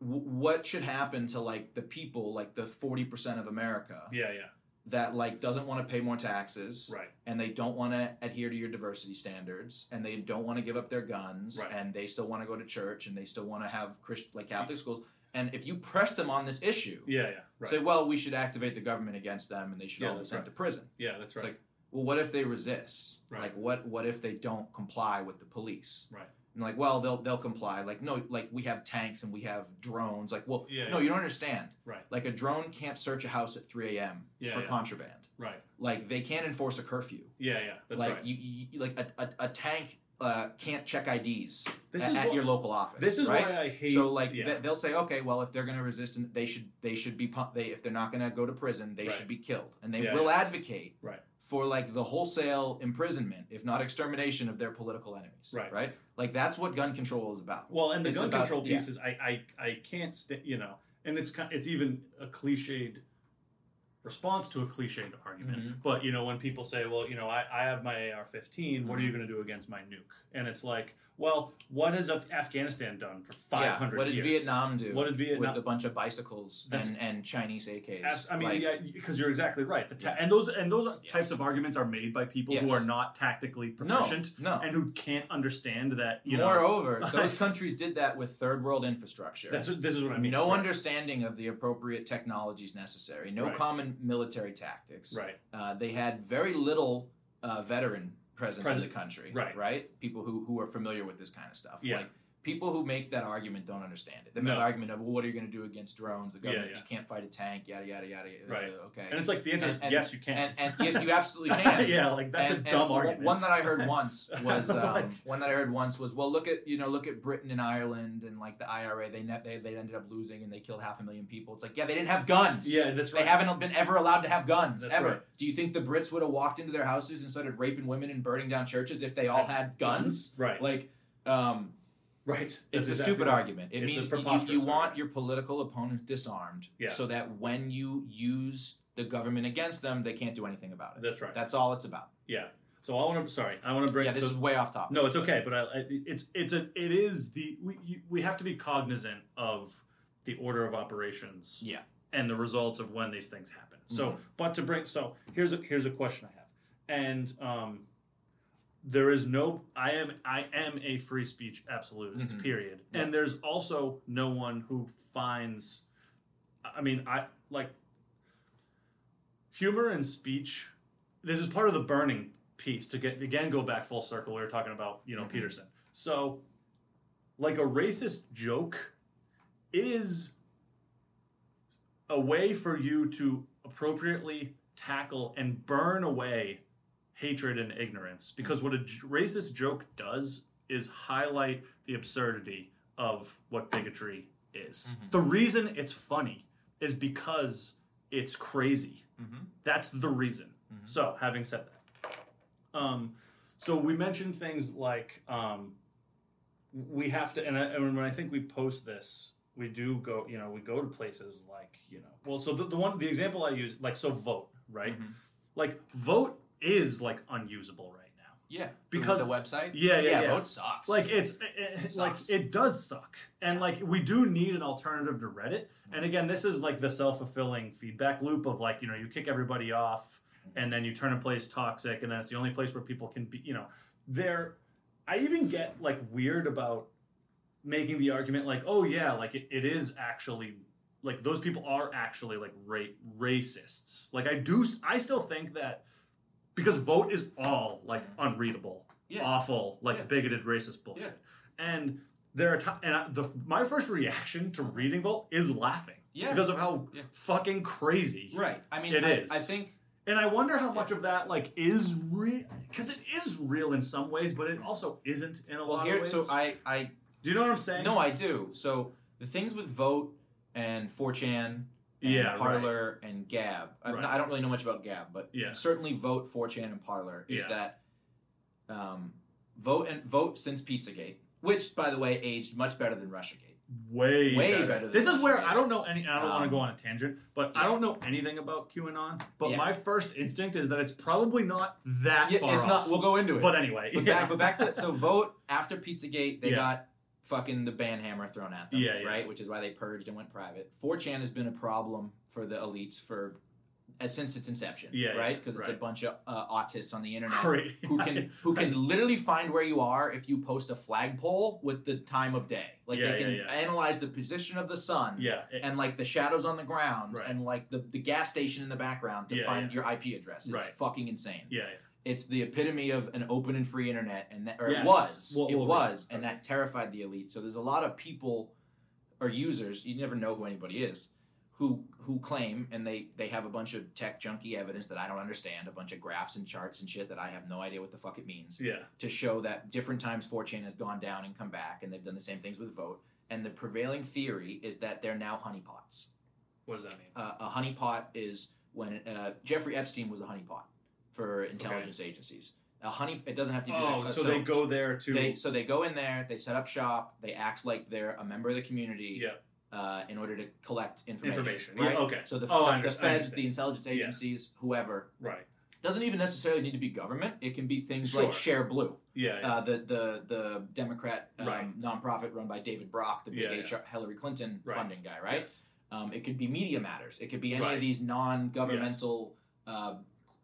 B: W- what should happen to like the people, like the forty percent of America
A: Yeah, yeah.
B: that like doesn't want to pay more taxes,
A: Right.
B: and they don't want to adhere to your diversity standards and they don't want to give up their guns
A: Right.
B: and they still want to go to church and they still want to have Christ- like Catholic schools and if you press them on this issue
A: Yeah, yeah. Right.
B: say well we should activate the government against them and they should
A: Yeah,
B: all be
A: that's
B: sent
A: right.
B: to prison
A: yeah, that's right.
B: like- well what if they resist
A: Right.
B: like what what if they don't comply with the police
A: Right.
B: and like well they'll they'll comply like no like we have tanks and we have drones like well
A: yeah,
B: no
A: yeah.
B: you don't understand
A: Right.
B: like a drone can't search a house at 3 a.m
A: Yeah,
B: for
A: yeah.
B: contraband
A: Right.
B: like they can't enforce a curfew
A: Yeah, yeah. That's
B: like
A: right.
B: you, you, you- like a, a, a tank uh, can't check IDs
A: This
B: at,
A: is
B: at
A: why-
B: your local office.
A: This is
B: right?
A: why I hate.
B: so like
A: yeah.
B: th- they'll say, okay, well, if they're going to resist, and they should they should be pu- they if they're not going to go to prison, they
A: Right.
B: should be killed, and they
A: Yeah,
B: will advocate
A: Right.
B: for like the wholesale imprisonment, if not extermination, of their political enemies.
A: Right.
B: right. Like that's what gun control is about.
A: Well, and the
B: It's
A: gun
B: about-
A: control
B: yeah.
A: piece is I I, I can't sta you know, and it's ki- it's even a cliched response to a cliched argument.
B: Mm-hmm.
A: But you know, when people say, well, you know, I, I have my AR-15, what are
B: Mm-hmm.
A: you going to do against my nuke? And it's like, well, what has Af- Afghanistan done for
B: Yeah,
A: 500
B: What did
A: years?
B: Vietnam do?
A: What did Vietnam?
B: with a bunch of bicycles
A: That's-
B: and, and Chinese AKs.
A: Abs- I mean,
B: Like,
A: yeah, because you're exactly right. The ta-
B: Yeah.
A: and those and those
B: Yes.
A: types of arguments are made by people who
B: Yes.
A: are not tactically
B: no,
A: proficient
B: no.
A: and who can't understand that. You know,
B: Moreover, those countries did that with third world infrastructure.
A: that's what- this is what I mean.
B: no
A: right.
B: understanding of the appropriate technologies necessary. No
A: Right.
B: common military tactics.
A: Right,
B: Uh, they had very little uh, veteran presence in
A: Present-
B: the country.
A: right.
B: Right. People who who are familiar with this kind of stuff.
A: Yeah.
B: Like people who make that argument don't understand it. They make
A: No.
B: the argument of well, what are you going to do against drones? The
A: Yeah,
B: government
A: yeah.
B: you can't fight a tank. Yada yada yada. yada,
A: Right.
B: Okay.
A: and it's like the answer is
B: And- and-
A: yes, you can.
B: and, and yes, you absolutely can.
A: yeah, like that's
B: And-
A: a
B: and
A: dumb
B: o-
A: argument.
B: One that I heard once was um,
A: Like-
B: one that I heard once was well, look at you know look at Britain and Ireland and like the IRA. They net they, they ended up losing and they killed half a million people. It's like yeah, they didn't have guns.
A: Yeah, that's
B: They
A: right.
B: haven't been ever allowed to have guns
A: That's
B: ever.
A: right.
B: Do you think the Brits would have walked into their houses and started raping women and burning down churches if they all had guns?
A: right,
B: Like, um,
A: right.
B: it's
A: That's
B: a
A: exactly
B: stupid
A: right.
B: argument.
A: It's
B: It
A: a
B: means you- you,
A: preposterous
B: you want
A: argument.
B: your political opponents disarmed,
A: Yeah.
B: so that when you use the government against them, they can't do anything about it.
A: That's right.
B: That's all it's about.
A: Yeah. So I want to. Sorry, I want to bring.
B: Yeah, this
A: so-
B: is way off topic.
A: No, it's okay, but I, I it's it's a it is the we you, we have to be cognizant of the order of operations.
B: Yeah. Mm-hmm.
A: And the results of when these things happen. So, but to bring so here's a here's a question I have, and um, there is no I am I am a free speech absolutist.
B: Mhm.
A: Period.
B: Yeah.
A: And there's also no one who finds, I mean, I like humor and speech this is part of the burning piece to get again go back full circle we were talking about you know
B: Mhm.
A: peterson so like a racist joke is a way for you to appropriately tackle and burn away hatred and ignorance because what a j- racist joke does is highlight the absurdity of what bigotry is
B: Mhm.
A: the reason it's funny is because it's crazy
B: Mm-hmm.
A: that's the reason.
B: Mhm.
A: So, having said that, um, so we mentioned things like um, we have to, and, I, and when I think we post this, we do go, you know, we go to places like, you know, well, so the, the one, the example I use, like, so vote, right?
B: Mhm.
A: Like, vote is like unusable right now.
B: Yeah,
A: Because-
B: the website.
A: Yeah, yeah, yeah.
B: vote sucks.
A: Like it's it- it,
B: It
A: like
B: sucks.
A: it does suck, and like we do need an alternative to Reddit.
B: Mm-hmm.
A: And again, this is like the self fulfilling feedback loop of like you know you kick everybody off, and then you turn a place toxic, and then it's the only place where people can be. You know, there. I even get like weird about making the argument like, oh yeah, like it, it is actually like those people are actually like ra- racists. Like I do, I still think that because vote is all like
B: Mm-hmm.
A: unreadable,
B: Yeah.
A: awful, like
B: Yeah.
A: bigoted, racist bullshit. And there are times, and I, the my first reaction to reading vote is laughing
B: Yeah.
A: because of how
B: Yeah.
A: fucking crazy.
B: right. I mean,
A: It
B: I,
A: is.
B: I think
A: And I wonder how much of that like is real because it is real in some ways, but it also isn't in a
B: well
A: lot
B: here.
A: of ways.
B: So I I
A: do you know what I'm saying?
B: no I do. So the things with vote and 4chan. And
A: Yeah, right.
B: Parlor and Gab. I'm
A: Right.
B: not- I don't really know much about Gab, but
A: Yeah.
B: certainly vote 4chan and Parlor is
A: Yeah.
B: that um, vote and vote since Pizzagate, which by the way aged much better than RussiaGate.
A: way
B: Way
A: better.
B: better than
A: this is
B: Russia
A: where
B: Gate.
A: I don't know any. and I don't want
B: Um,
A: to go on a tangent, but I
B: yeah.
A: don't know anything about QAnon. But
B: Yeah.
A: my first instinct is that it's probably not that
B: Yeah,
A: far
B: it's not.
A: off.
B: We'll go into it.
A: but anyway,
B: But,
A: yeah.
B: back, but back to so vote after Pizzagate, they
A: Yeah.
B: got fucking the ban hammer thrown at them,
A: Yeah, yeah.
B: right? Which is why they purged and went private. 4chan has been a problem for the elites for uh, since its inception,
A: Yeah, yeah,
B: right? Because it's a
A: right.
B: bunch of uh, autists on the internet
A: Great.
B: who can who can literally find where you are if you post a flagpole with the time of day. Like
A: Yeah,
B: they
A: yeah,
B: can
A: yeah.
B: analyze the position of the sun.
A: yeah, it-
B: And like the shadows on the ground,
A: Right.
B: and like the, the gas station in the background to
A: Yeah,
B: find your IP address. It's
A: Right.
B: fucking insane
A: yeah,
B: it's the epitome of an open and free internet, and that or it
A: Yes.
B: was,
A: Well,
B: it
A: well,
B: was,
A: right.
B: and that terrified the elite. So there's a lot of people or users you never know who anybody is who who claim and they they have a bunch of tech junky evidence that I don't understand, a bunch of graphs and charts and shit that I have no idea what the fuck it means
A: Yeah.
B: to show that different times 4chan has gone down and come back and they've done the same things with vote and the prevailing theory is that they're now honeypots.
A: What does that mean?
B: Uh, a honeypot is when uh, Jeffrey Epstein was a honeypot for intelligence agencies. A honey it doesn't have to be
A: Oh,
B: that,
A: so, they go there to
B: they so they go in there, they set up shop, they act like they're a member of the community.
A: Yeah.
B: Uh, in order to collect information,
A: information.
B: right?
A: Yeah, okay.
B: So the,
A: Oh, I
B: the, the
A: understand. I
B: feds, the
A: understand.
B: intelligence agencies, whoever
A: Right.
B: doesn't even necessarily need to be government. It can be things
A: Sure.
B: like Share Blue,
A: Yeah. yeah.
B: uh, the the the Democrat um,
A: Right.
B: nonprofit run by David Brock, the big
A: Yeah, yeah.
B: HR, Hillary Clinton
A: Right.
B: funding guy, right?
A: Yes.
B: Um, it could be Media Matters. It could be any
A: Right.
B: of these non-governmental uh,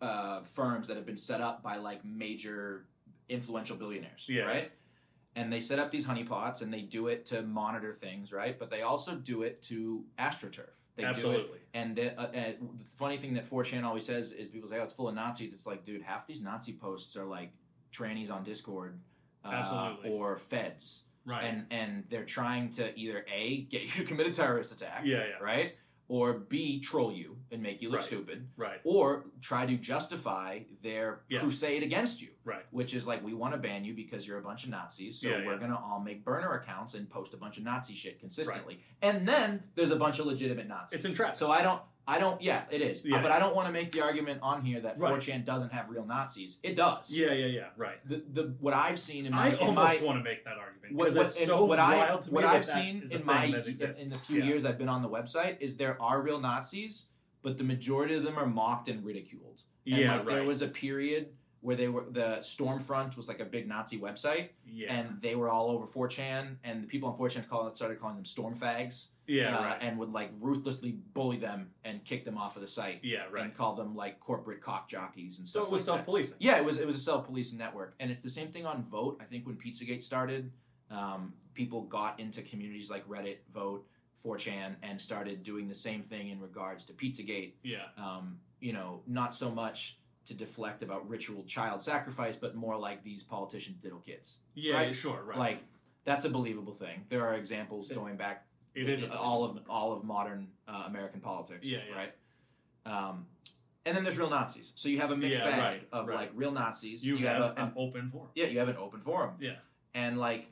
B: uh, firms that have been set up by like major influential billionaires,
A: Yeah.
B: right? And they set up these honeypots and they do it to monitor things, right? But they also do it to astroturf. They do it
A: Absolutely.
B: and the, uh, uh, the funny thing that 4chan always says is people say, oh, it's full of Nazis. It's like, dude, half these Nazi posts are like trannies on Discord uh,
A: Absolutely.
B: or feds.
A: Right.
B: And, and they're trying to either A, get you to commit a terrorist attack,
A: yeah. Yeah.
B: right? Or B, troll you and make you look
A: Right.
B: stupid.
A: Right.
B: Or try to justify their
A: Yes.
B: crusade against you.
A: Right.
B: Which is like, we want to ban you because you're a bunch of Nazis, so
A: Yeah,
B: we're
A: yeah.
B: going to all make burner accounts and post a bunch of Nazi shit consistently. And then there's a bunch of legitimate Nazis.
A: It's entrapped.
B: So I don't, I don't, yeah, it is.
A: Yeah.
B: But I don't want to make the argument on here that
A: Right.
B: 4chan doesn't have real Nazis. It does.
A: Yeah. Yeah. Yeah. Right.
B: The, the, what I've seen in my,
A: I
B: in
A: almost
B: my-
A: want to make that argument
B: what,
A: because
B: what,
A: it's
B: and
A: so
B: what I,
A: wild to
B: what
A: me
B: I've
A: that that
B: seen
A: is a
B: in
A: thing
B: my
A: that
B: in the
A: exists.
B: few
A: Yeah.
B: years I've been on the website is there are real Nazis, but the majority of them are mocked and ridiculed. And
A: yeah,
B: like
A: right.
B: there was a period where they were the Stormfront was like a big Nazi website,
A: yeah,
B: and they were all over 4chan, and the people on 4chan call, started calling them storm fags,
A: yeah,
B: uh,
A: right.
B: and would like ruthlessly bully them and kick them off of the site
A: yeah, right.
B: and call them like corporate cock jockeys and
A: So
B: stuff.
A: it was
B: like that.
A: self-policing.
B: Yeah, it was it was a self policing network, and it's the same thing on Vote. I think when Pizzagate started, um, people got into communities like Reddit, Vote, 4chan, and started doing the same thing in regards to Pizzagate.
A: Yeah,
B: Um, you know, not so much to deflect about ritual child sacrifice, but more like these politicians diddle kids.
A: yeah,
B: Right.
A: sure, right.
B: Like that's a believable thing. There are examples
A: It-
B: going back
A: it is
B: all of all of modern uh, American politics.
A: Yeah, yeah.
B: right. Um, and then there's real Nazis. So you have a mixed
A: Yeah,
B: bag
A: right,
B: of
A: right.
B: like real Nazis.
A: you, have,
B: a,
A: an open forum.
B: yeah, you have an open forum.
A: Yeah.
B: and like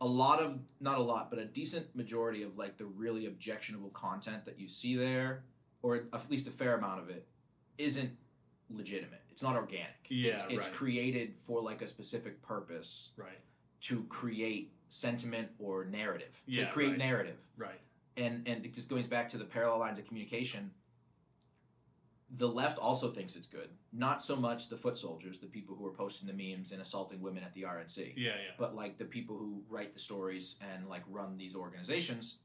B: a lot of not a lot, but a decent majority of like the really objectionable content that you see there, or at least a fair amount of it, isn't legitimate. It's not organic.
A: Yeah,
B: it's, it's
A: right.
B: created for like a specific purpose
A: Right,
B: to create sentiment or narrative to
A: Yeah,
B: create
A: right.
B: narrative
A: right.
B: and and it just goes back to the parallel lines of communication the left also thinks it's good not so much the foot soldiers the people who are posting the memes and assaulting women at the rnc
A: Yeah,
B: but like the people who write the stories and like run these organizations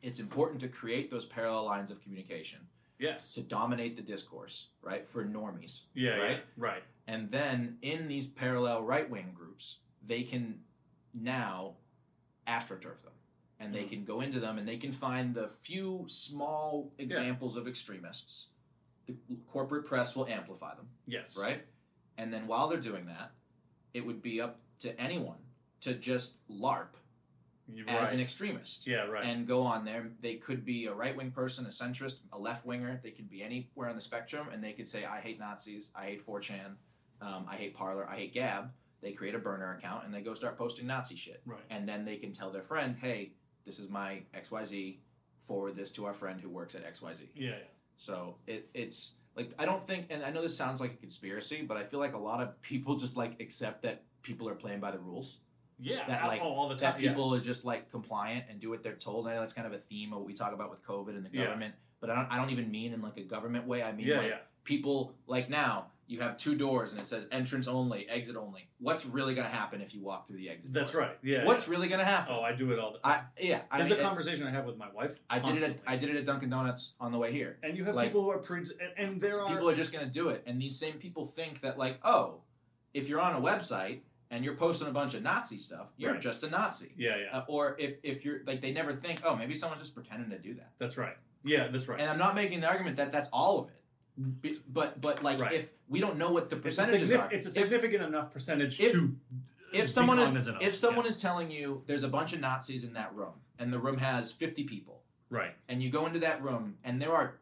B: it's important to create those parallel lines of communication
A: yeah. Yes.
B: to dominate the discourse right for normies
A: Yeah,
B: Right?
A: yeah, right.
B: and then in these parallel right wing groups, they can now astroturf them. And they
A: Mhm.
B: can go into them and they can find the few small examples of extremists. The corporate press will amplify them,
A: Yes.
B: right? And then while they're doing that, it would be up to anyone to just LARP
A: You're
B: as
A: right.
B: an extremist
A: yeah, right.
B: and go on there. They could be a right wing person, a centrist, a left winger. They could be anywhere on the spectrum, and they could say, "I hate Nazis. I hate 4chan. Um, I hate Parlor. I hate Gab." They create a burner account and they go start posting Nazi shit,
A: right.
B: and then they can tell their friend, "Hey, this is my XYZ. Forward this to our friend who works at XYZ."
A: Yeah, yeah.
B: So it it's like I don't think, and I know this sounds like a conspiracy, but I feel like a lot of people just like accept that people are playing by the rules
A: Yeah,
B: That,
A: I-
B: like,
A: oh, all the time.
B: that people
A: yes.
B: are just like compliant and do what they're told. I know that's kind of a theme of what we talk about with COVID and the
A: Yeah.
B: government, but I don't, I don't even mean in like a government way. I mean
A: yeah,
B: like
A: yeah.
B: people like now you have two doors and it says entrance only, exit only. What's really going to happen if you walk through the exit?
A: That's
B: door?
A: right. Yeah.
B: What's really going to
A: yeah.
B: happen?
A: Oh, I do it all the
B: I yeah. I
A: That's
B: mean,
A: a conversation I have with my wife.
B: I did it. At,
A: constantly.
B: I did it at Dunkin' Donuts on the way here.
A: And you have
B: like-
A: people who are pre and, and there are
B: People are just going to do it, and these same people think that like, oh, if you're on a website and you're posting a bunch of Nazi stuff, you're
A: Right.
B: just a Nazi.
A: Yeah, yeah.
B: Uh, or if if you're like they never think oh maybe someone's just pretending to do that
A: That's right. Yeah, that's right.
B: and i'm not making the argument that that's all of it Be- but but like
A: Right.
B: if we don't know what the
A: It's a
B: percentages
A: signif-
B: are
A: It's a
B: if,
A: significant enough percentage
B: if-
A: to uh,
B: if someone is
A: cognizant of.
B: if someone is telling you there's a bunch of nazis in that room and the room has 50 people
A: Right.
B: and you go into that room and there are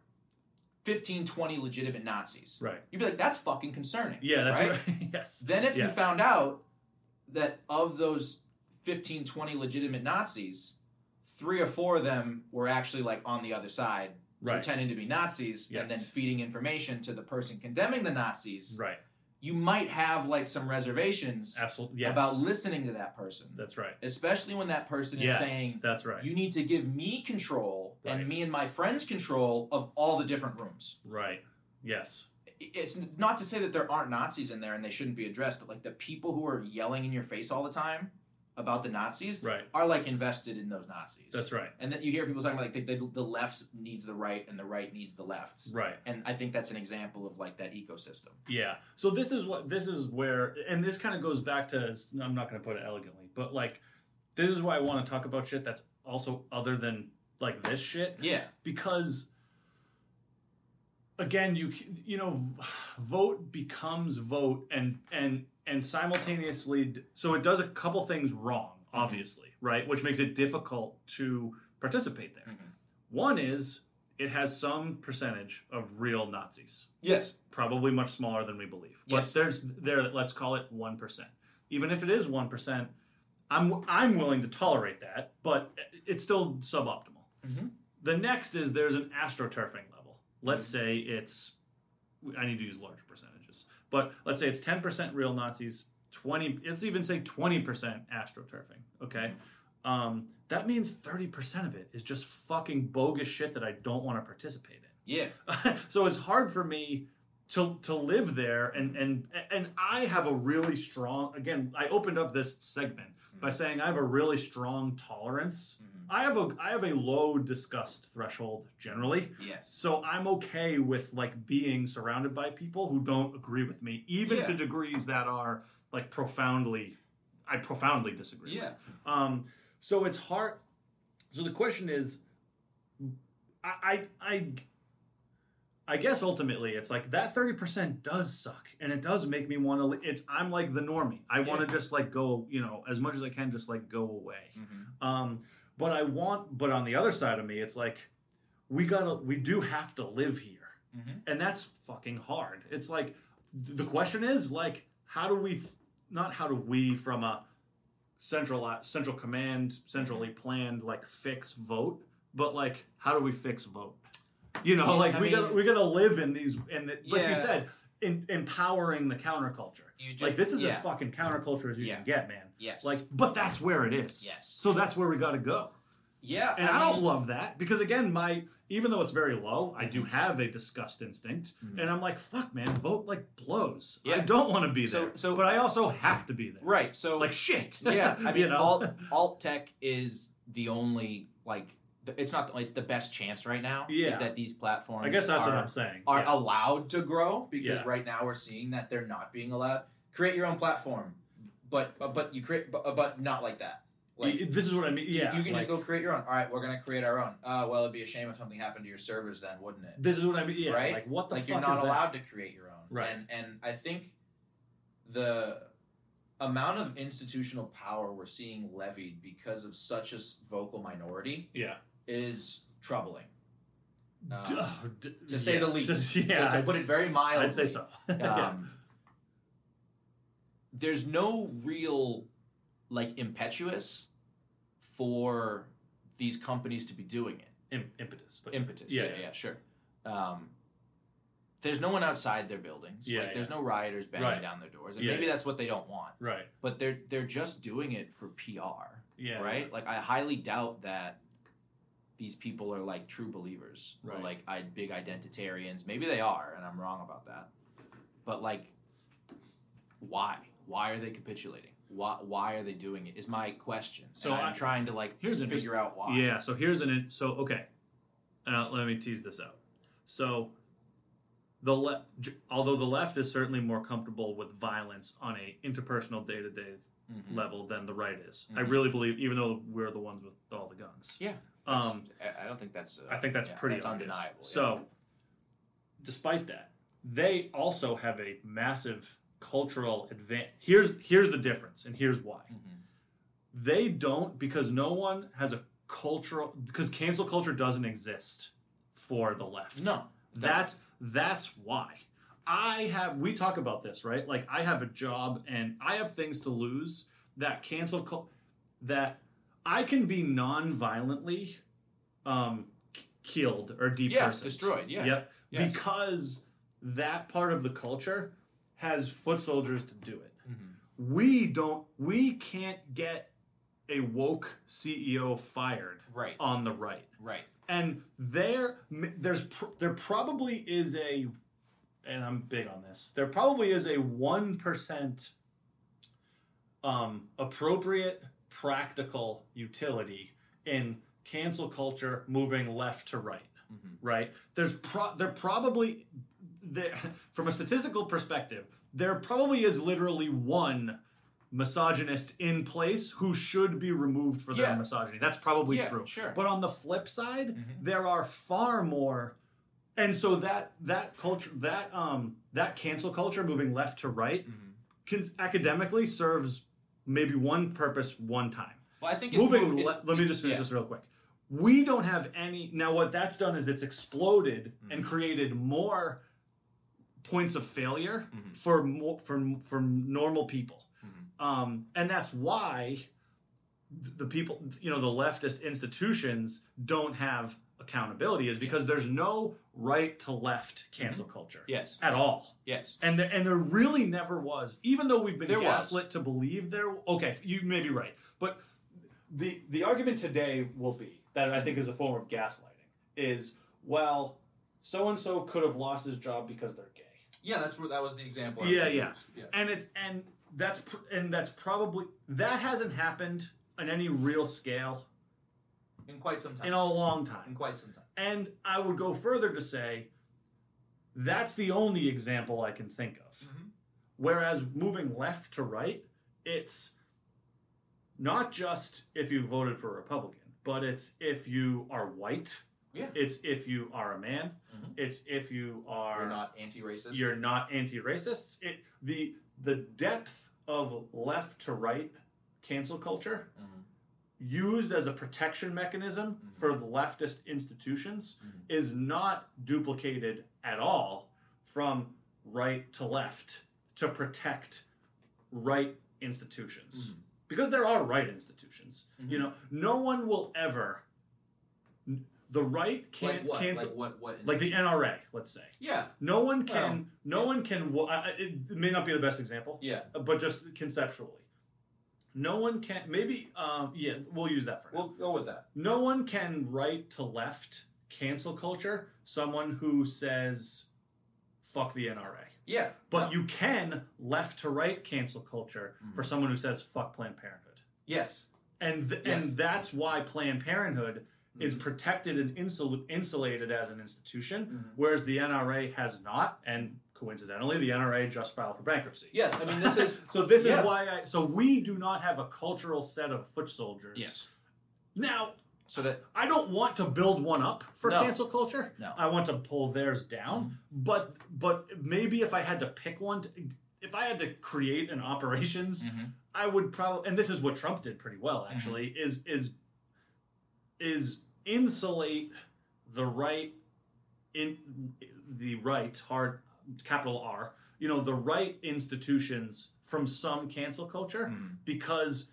B: 15, 20 legitimate Nazis,
A: Right.
B: you'd be like, that's fucking concerning.
A: Yeah. That's
B: right?
A: right. yes.
B: Then if
A: Yes.
B: you found out that of those 15, 20 legitimate Nazis, three or four of them were actually like on the other side,
A: Right.
B: pretending to be Nazis, and then
A: Yes.
B: feeding information to the person condemning the Nazis,
A: Right.
B: you might have like some reservations
A: Absolutely. Yes.
B: about listening to that person.
A: that's right.
B: Especially when that person is
A: Yes.
B: saying
A: that's right.
B: you need to give me control
A: Right.
B: and me and my friends control of all the different rooms.
A: right. Yes.
B: I- It's n- not to say that there aren't Nazis in there and they shouldn't be addressed, but like the people who are yelling in your face all the time about the Nazis
A: Right.
B: are like invested in those Nazis.
A: That's right.
B: and then you hear people talking about like the, the, the left needs the right and the right needs the left.
A: Right.
B: And I think that's an example of like that ecosystem.
A: Yeah. So this is what this is where, and this kind of goes back to. I'm not going to put it elegantly, but like, this is why I want to talk about shit that's also other than like this shit
B: Yeah.
A: because. Again, you c- you know, v- vote becomes vote, and and and simultaneously, d- so it does a couple things wrong, obviously, right? Which makes it difficult to participate there.
B: Mhm.
A: One is it has some percentage of real Nazis,
B: Yes.
A: probably much smaller than we believe. But
B: Yes.
A: there's there let's call it 1%. Even if it is 1%, I'm I'm willing to tolerate that, but it's still suboptimal.
B: Mhm.
A: The next is there's an astroturfing level. Let's say it's I need to use larger percentages. But let's say it's 10% real Nazis, 20 let's even say 20% astroturfing, okay? Um, that means 30% of it is just fucking bogus shit that I don't want to participate in
B: Yeah.
A: so it's hard for me to to live there and and and I have a really strong again I opened up this segment by saying I have a really strong tolerance. I have a I have a low disgust threshold generally.
B: Yes.
A: So I'm okay with like being surrounded by people who don't agree with me even to
B: Yeah.
A: degrees that are like profoundly I profoundly disagree. with.
B: Yeah.
A: Um, so it's hard. So the question is, I, I, I, I guess ultimately it's like that thirty percent does suck, and it does make me want to. It's I'm like the normie. I want to
B: Yeah.
A: just like go, you know, as much as I can, just like go away.
B: Mhm.
A: Um, but I want. But on the other side of me, it's like we gotta. We do have to live here,
B: Mhm.
A: and that's fucking hard. It's like th- the question is like, how do we? f- Not how do we from a central central command centrally
B: Mm-hmm.
A: planned like fix vote but like how do we fix vote you know
B: Yeah,
A: like
B: I
A: we
B: mean-
A: gotta we gotta live in these and the, like
B: Yeah.
A: you said in, empowering the counterculture
B: You just,
A: like this is as
B: yeah.
A: fucking counterculture as you
B: Yeah.
A: can get man
B: Yes.
A: like but that's where it is
B: Yes.
A: so that's where we gotta go
B: yeah.
A: and i,
B: mean-
A: don't love that because again my even though it's very low i
B: Mm-hmm.
A: do have a disgust instinct
B: Mhm.
A: and i'm like fuck man vote like blows i
B: Yeah.
A: don't want to be
B: So-
A: there
B: so-
A: but i also have to be there
B: Right. So
A: like shit
B: yeah, I
A: you
B: mean,
A: know?
B: alt alt tech is the only like th- it's not it's the best chance right now.
A: Yeah.
B: is that these platforms.
A: I guess that's
B: are,
A: what I'm saying.
B: are
A: Yeah.
B: allowed to grow because
A: Yeah.
B: right now we're seeing that they're not being allowed. Create your own platform, but but, but you create but, but not like that. Like
A: Y- this is what I mean. Yeah,
B: you can just
A: like,
B: go create your own. All right, we're gonna create our own. Uh, well, it'd be a shame if something happened to your servers then, wouldn't it?
A: This is what I mean. Yeah,
B: Right?
A: like what the
B: like
A: fuck
B: you're not
A: is that?
B: allowed to create your own
A: Right.
B: and and i think the amount of institutional power we're seeing levied because of such a s- vocal minority
A: Yeah,
B: is troubling Um,
A: D- oh, d-
B: to say
A: yeah,
B: the least
A: just-
B: to-
A: yeah,
B: to,
A: I'd,
B: put it very mildly
A: I'd say so. yeah.
B: um, there's no real like impetuous for these companies to be doing it
A: Im- impetus. But
B: impetus.
A: Yeah,
B: Yeah, yeah,
A: yeah.
B: sure. Um, there's no one outside their buildings.
A: Yeah,
B: like there's no rioters banging
A: Right.
B: down their doors, and
A: Yeah,
B: maybe
A: yeah.
B: that's what they don't want.
A: right.
B: But they're they're just doing it for PR,
A: Yeah.
B: right? Like I highly doubt that these people are like true believers or
A: Right.
B: like I, big identitarians. Maybe they are, and I'm wrong about that. But like, why? Why are they capitulating? Why, why are they doing it? Is my question.
A: So
B: And I'm
A: I-
B: trying to like
A: Here's an
B: figure out why.
A: Yeah. So here's an. in- So okay, uh, let me tease this out. So the left, although the left is certainly more comfortable with violence on a interpersonal day to day
B: Mhm.
A: level than the right is. I
B: Mhm.
A: really believe, even though we're the ones with all the guns.
B: Yeah.
A: Um,
B: That's- I I don't think that's. Uh,
A: I think that's
B: yeah,
A: pretty
B: that's
A: obvious.
B: undeniable. yeah.
A: So, despite that, they also have a massive cultural advantage. Here's here's the difference, and here's why
B: Mhm.
A: they don't because no one has a cultural because cancel culture doesn't exist for the left.
B: No.
A: That's that's why. I have we talk about this, right? Like I have a job and I have things to lose that cancel cul- that I can be non-violently um k- killed or depersoned.
B: Yeah, destroyed. Yeah.
A: Yep.
B: Yes.
A: Because that part of the culture has foot soldiers to do it.
B: Mhm.
A: We don't we can't get a woke CEO fired
B: Right.
A: on the right
B: Right.
A: and there there's pr- there probably is a and I'm big on this. There probably is a 1% um appropriate practical utility in cancel culture moving left to right,
B: Mhm.
A: right? There's pro- there probably there from a statistical perspective, there probably is literally one misogynist in place who should be removed for their
B: Yeah.
A: misogyny. That's probably
B: Yeah,
A: true.
B: sure.
A: But on the flip side,
B: Mhm.
A: there are far more, and so that that culture that um that cancel culture moving left to right
B: Mhm.
A: can, academically serves maybe one purpose one time.
B: Well, I think it's
A: Moving,
B: it's-
A: le- let me just finish
B: yeah.
A: this real quick. We don't have any now. What that's done is it's exploded
B: Mm-hmm.
A: and created more points of failure
B: Mhm.
A: for more, for for normal people,
B: Mhm.
A: um, and that's why th- the people you know the leftist institutions don't have accountability is because there's no right to left cancel
B: Mm-hmm.
A: culture
B: Yes.
A: at all
B: Yes.
A: and there, and there really never was, even though we've been
B: There was.
A: gaslit to believe there. Okay, you may be right, but the the argument today will be that I think is a form of gaslighting is well, so and so could have lost his job because they're gay,
C: Yeah, that's where that was the example. I
A: Yeah,
C: was
A: yeah.
C: used. yeah.
A: and it's and that's pr- and that's probably that hasn't happened on any real scale
C: In quite some time.
A: in a long time.
C: in quite some time.
A: And I would go further to say that's the only example I can think of.
C: Mhm.
A: Whereas moving left to right, it's not just if you voted for a Republican, but it's if you are white.
C: Yeah.
A: It's if you are a man.
C: Mhm.
A: It's if you are
C: You're not anti-racist.
A: you're not anti-racists. It the the depth of left to right cancel culture
C: Mhm.
A: used as a protection mechanism
C: Mhm.
A: for the leftist institutions
C: Mhm.
A: is not duplicated at all from right to left to protect right institutions
C: Mm-hmm.
A: because there are right institutions you know no one will ever the right can't
C: like what?
A: cancel
C: Like what? What?
A: like the NRA let's say
C: yeah,
A: no one can.
C: Well,
A: no
C: yeah.
A: one can. wa- I- I- It may not be the best example,
C: yeah.
A: uh, but just conceptually, no one can. Maybe. Um, yeah, we'll use that for now.
C: We'll go with that.
A: no one can right to left cancel culture. Someone who says, "Fuck the NRA,"
C: Yeah,
A: but
C: No.
A: you can left to right cancel culture for
C: Mhm.
A: someone who says, "Fuck Planned Parenthood."
C: yes,
A: And th-
C: Yes.
A: and that's why Planned Parenthood is
B: Mm-hmm.
A: protected and insul- insulated as an institution,
B: Mm-hmm.
C: Mhm.
A: whereas the NRA has not. And coincidentally, the NRA just filed for bankruptcy.
C: yes. I mean, this is
A: so this
C: Yeah.
A: is why I. So we do not have a cultural set of foot soldiers.
B: Yes.
A: Now
B: So that
A: I don't want to build one up for
B: No.
A: cancel culture.
B: No. Mm-hmm.
A: I want to pull theirs down. But but maybe if I had to pick one, to, if I had to create an operations,
B: Mhm.
A: I would probably. And this is what Trump did pretty well actually. Is is is insulate the right in the right hard capital R. You know the right institutions from some cancel culture
B: Mhm.
A: because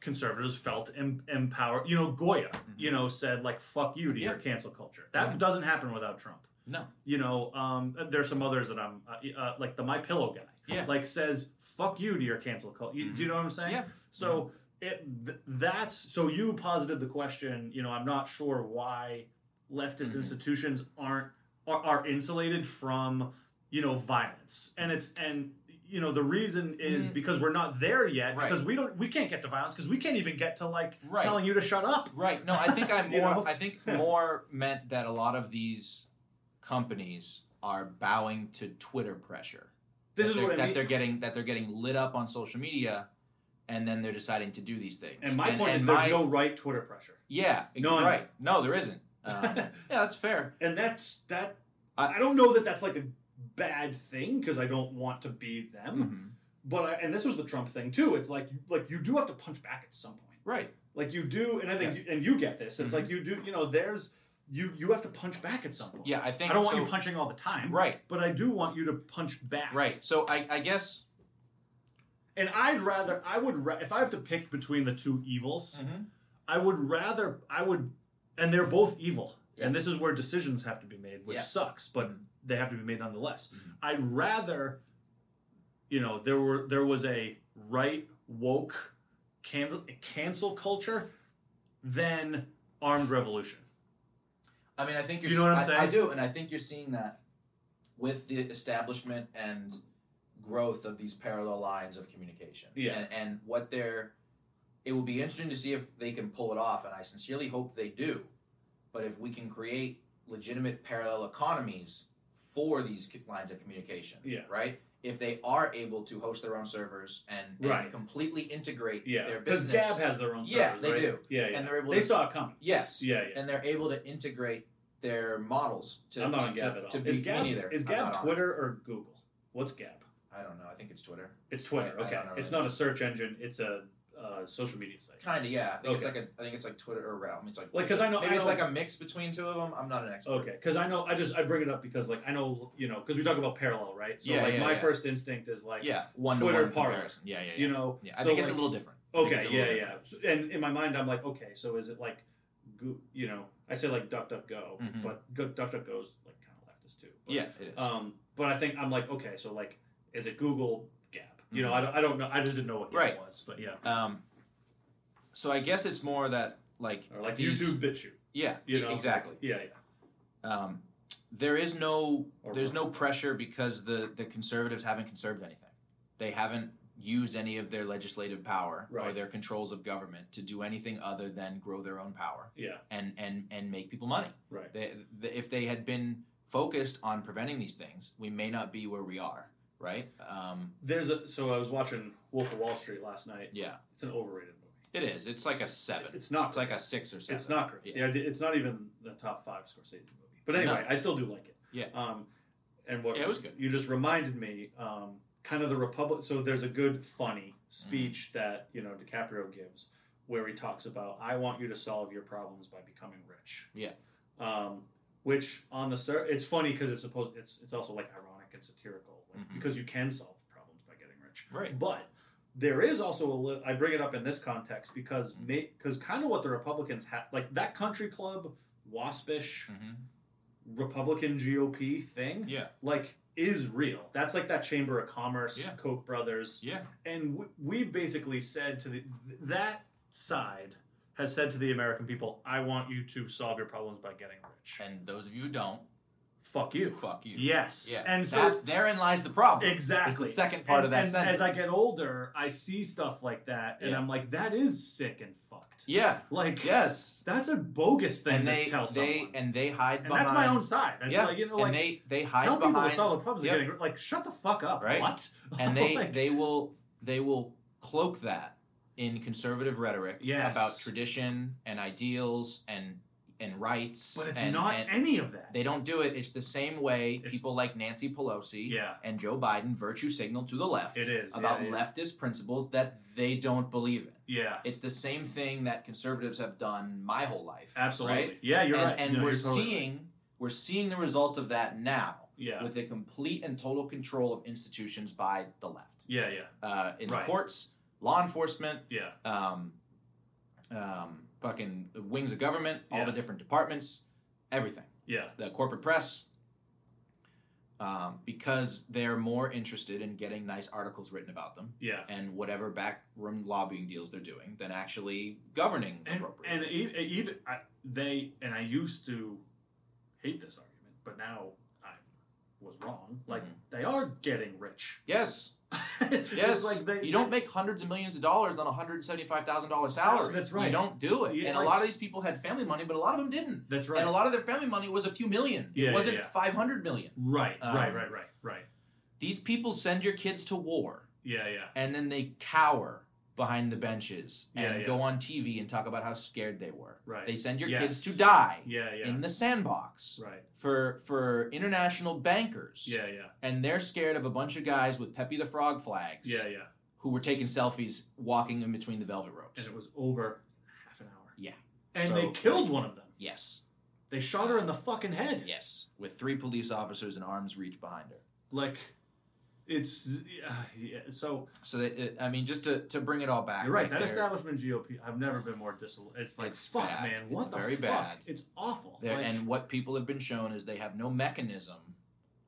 A: conservatives felt em- empowered. You know, Goya, you know, said like "fuck you" to your
B: Yeah.
A: cancel culture. That
B: Yeah.
A: doesn't happen without Trump.
B: no.
A: You know, um, there's some others that I'm uh, uh, like the My Pillow guy.
B: Yeah.
A: like says "fuck you" to your cancel culture. You, Do you know what I'm saying?
B: Yeah.
A: So it th- that's so you posited the question. You know, I'm not sure why leftist
B: Mhm.
A: institutions aren't are, are insulated from you know violence, and it's and you know the reason is
B: Mhm.
A: because we're not there yet
B: Right.
A: because we don't we can't get to violence because we can't even get to like
B: Right.
A: telling you to shut up.
B: Right. No, I think I'm more.
A: You know?
B: I think more meant that a lot of these companies are bowing to Twitter pressure.
A: This
B: that
A: is
B: they're-
A: what
B: that
A: I mean.
B: they're getting that they're getting lit up on social media, and then they're deciding to do these things.
A: And my point
B: and
A: is
B: my-
A: there's no right Twitter pressure,
B: yeah,
A: None.
B: right. No, there isn't. Um, yeah, that's fair.
A: and that's that.
B: I-
A: I, don't know that that's like a bad thing because I don't want to be them.
B: Mhm.
A: Mm-hmm. But I, and this was the Trump thing too. It's like like you do have to punch back at some point.
B: Right.
A: Like you do, and I think, you, and you get this. It's
B: Mhm.
A: like you do. You know, there's you. You have to punch back at some point.
B: Yeah, I think
A: I don't want
B: so-
A: you punching all the time.
B: Right.
A: But I do want you to punch back.
B: Right. So I, I guess
A: And I'd rather I would ra- if I have to pick between the two evils,
C: Mm-hmm.
A: I would rather I would, and they're both evil.
C: Yeah.
A: And this is where decisions have to be made, which
C: Yeah. Mm-hmm.
A: sucks, but
B: Mhm.
A: they have to be made nonetheless.
C: Mhm.
A: I'd rather, you know, there were there was a right woke cancel cancel culture than armed revolution.
C: I mean, I think
A: Do
C: you're,
A: you know what I'm
C: I, I
A: saying?
C: do, and I think you're seeing that with the establishment and growth of these parallel lines of communication.
A: Yeah.
C: And, and what they're, it will be interesting to see if they can pull it off, and I sincerely hope they do. But if we can create legitimate parallel economies for these c- lines of communication,
A: Yeah.
C: right? If they are able to host their own servers and, and
A: Right.
C: completely integrate
A: Yeah,
C: their
A: because
C: business,
A: Gab has their own.
C: Yeah,
A: servers,
C: they
A: right?
C: do.
A: Yeah, yeah.
C: and they're able
A: they
C: to
A: saw it coming.
C: yes,
A: Yeah, yeah.
C: and they're able to integrate their models to
A: I'm not on
C: to,
A: Gab at all.
C: to
A: is
C: be
A: Gab,
C: me neither.
A: Is
C: I'm
A: Gab
C: not on it.
A: Twitter or Google? What's Gab?
C: I don't know. I think it's Twitter.
A: It's Twitter.
C: I- I
A: okay,
C: don't know
A: it's
C: really.
A: not a search engine. It's a uh, social media site.
C: Kind of, yeah. I think it's like
A: Okay.
C: a. I think it's like Twitter or Realm. It's like
A: Like, 'cause I know-
C: maybe
A: I
C: it's
A: know-
C: like a mix between two of them. I'm not an expert.
A: Okay, because I know I just I bring it up because like I know you know because we talk about parallel, right? So
B: Yeah,
A: like
B: yeah,
A: my
B: yeah.
A: first instinct is like
B: yeah, one to
A: Twitter
B: one
A: part.
B: comparison. Yeah, yeah, yeah.
A: you know
B: yeah, I
A: so,
B: think it's
A: like,
B: a little different. I think
A: okay
B: it's a
A: yeah
B: little
A: yeah so, and in my mind I'm like okay so is it like Goo- you know I say like DuckDuckGo
B: Mhm.
A: but Go, DuckDuckGo is like kind of leftist too but,
B: different. Yeah, it is.
A: um but I think I'm like okay so like is it Google Gap you know I don't, I don't know I just didn't know what Gap
B: Mm-hmm. Right.
A: was but yeah
B: Um, so I guess it's more that like
A: or like
B: these-
A: YouTube BitChute
B: Yeah,
A: you
B: e-
A: know?
B: exactly.
A: yeah yeah
B: Um, there is no
A: Or
B: there's no pressure because the the conservatives haven't conserved anything. They haven't used any of their legislative power or
A: Right.
B: their controls of government to do anything other than grow their own power
A: yeah
B: and and and make people money.
A: right
B: They, the, if they had been focused on preventing these things, we may not be where we are. Right? Um,
A: there's a so I was watching Wolf of Wall Street last night
B: yeah,
A: it's an overrated movie
B: it is. It's like a seven.
A: it's not
B: It's like a six or seven.
A: It's not great.
B: Yeah.
A: The idea, it's not even the top five Scorsese movie. But anyway, I still do like it.
B: Yeah.
A: Um, and what
B: Yeah, it was good.
A: you just reminded me, um, kind of the Republic. So there's a good funny
B: Mm-hmm.
A: speech that you know DiCaprio gives where he talks about I want you to solve your problems by becoming rich.
B: Yeah.
A: Um, which on the sur- it's funny because it's supposed it's it's also like ironic and satirical like,
B: Mhm.
A: because you can solve problems by getting rich.
B: Right.
A: But there is also a little. I bring it up in this context because
B: Mhm.
A: because kind of what the Republicans have, like that country club, waspish
B: Mm-hmm.
A: Republican GOP thing,
B: Yeah.
A: like is real. That's like that Chamber of Commerce,
B: Yeah.
A: Koch brothers,
B: Yeah.
A: and w- we've basically said to the that side has said to the American people, "I want you to solve your problems by getting rich."
B: And those of you who don't,
A: Fuck you.
B: fuck you.
A: Yes.
B: Yeah.
A: And so
B: that's therein lies the problem.
A: Exactly.
B: It's the second part
A: And-
B: of that
A: and
B: sentence.
A: As I get older, I see stuff like that, and
B: Yeah.
A: I'm like, that is sick and fucked.
B: yeah.
A: Like,
B: Yes.
A: that's a bogus thing
B: and
A: to
B: they
A: tell
B: they
A: someone.
B: and they hide
A: And
B: behind.
A: that's my own side. It's
B: Yeah.
A: like, you know,
B: and
A: like,
B: they they hide
A: tell people
B: behind.
A: to solve the problems.
B: Yep.
A: They're getting like, shut the fuck up.
B: Right.
A: What?
B: and they
A: Like,
B: they will they will cloak that in conservative rhetoric
A: Yes.
B: about tradition and ideals and and rights.
A: But it's
B: and-
A: not
B: and
A: any of that.
B: they don't do it. It's the same way
A: It's-
B: people like Nancy Pelosi
A: yeah.
B: and Joe Biden virtue signal to the left
A: It is,
B: about
A: yeah, yeah.
B: leftist principles that they don't believe in.
A: Yeah.
B: It's the same thing that conservatives have done my whole life.
A: Absolutely.
B: Right?
A: Yeah, you're
B: and
A: right.
B: and
A: No,
B: we're
A: you're totally right.
B: seeing we're seeing the result of that now
A: Yeah.
B: with the complete and total control of institutions by the left.
A: Yeah. Yeah.
B: Uh, in the
A: Right.
B: courts, law enforcement,
A: Yeah.
B: um, um, fucking wings of government, all
A: Yeah.
B: the different departments, everything
A: Yeah.
B: the corporate press um, because they're more interested in getting nice articles written about them
A: Yeah.
B: and whatever backroom lobbying deals they're doing than actually governing
A: and,
B: appropriately.
A: and e- e- even I, they and I used to hate this argument, but now I was wrong. Like
B: Mhm.
A: they are getting rich.
B: yes,
A: It's
B: yes.
A: like they,
B: you don't make hundreds of millions of dollars on a hundred seventy-five thousand dollars salary.
A: That's
B: You
A: right.
B: don't do it.
A: Yeah,
B: and
A: like-
B: a lot of these people had family money, but a lot of them didn't.
A: That's right.
B: And a lot of their family money was a few million.
A: Yeah,
B: it
A: yeah,
B: wasn't
A: yeah.
B: five hundred million.
A: right. right.
B: Um,
A: Right. Right. Right.
B: These people send your kids to war.
A: Yeah. Yeah.
B: and then they cower behind the benches and
A: Yeah, yeah.
B: go on TV and talk about how scared they were.
A: Right.
B: They send your
A: Yes.
B: kids to die
A: Yeah. Yeah.
B: in the sandbox
A: right.
B: for for international bankers.
A: Yeah. Yeah.
B: And they're scared of a bunch of guys with Peppy the Frog flags
A: Yeah. Yeah.
B: who were taking selfies walking in between the velvet ropes.
A: and it was over half an hour.
B: Yeah.
A: and
B: So-
A: they killed one of them.
B: Yes,
A: They shot her in the fucking head.
B: yes, with three police officers in arms reach behind her.
A: Like, it's uh, yeah. So
B: So that it, I mean, just to, to bring it all back.
A: you're right.
B: like
A: That
B: they're-
A: establishment GOP. I've never been more dis. It's like
B: It's
A: fuck,
B: bad.
A: man. What
B: It's
A: the
B: very
A: fuck?
B: bad.
A: It's awful.
B: they're-
A: Like,
B: and what people have been shown is they have no mechanism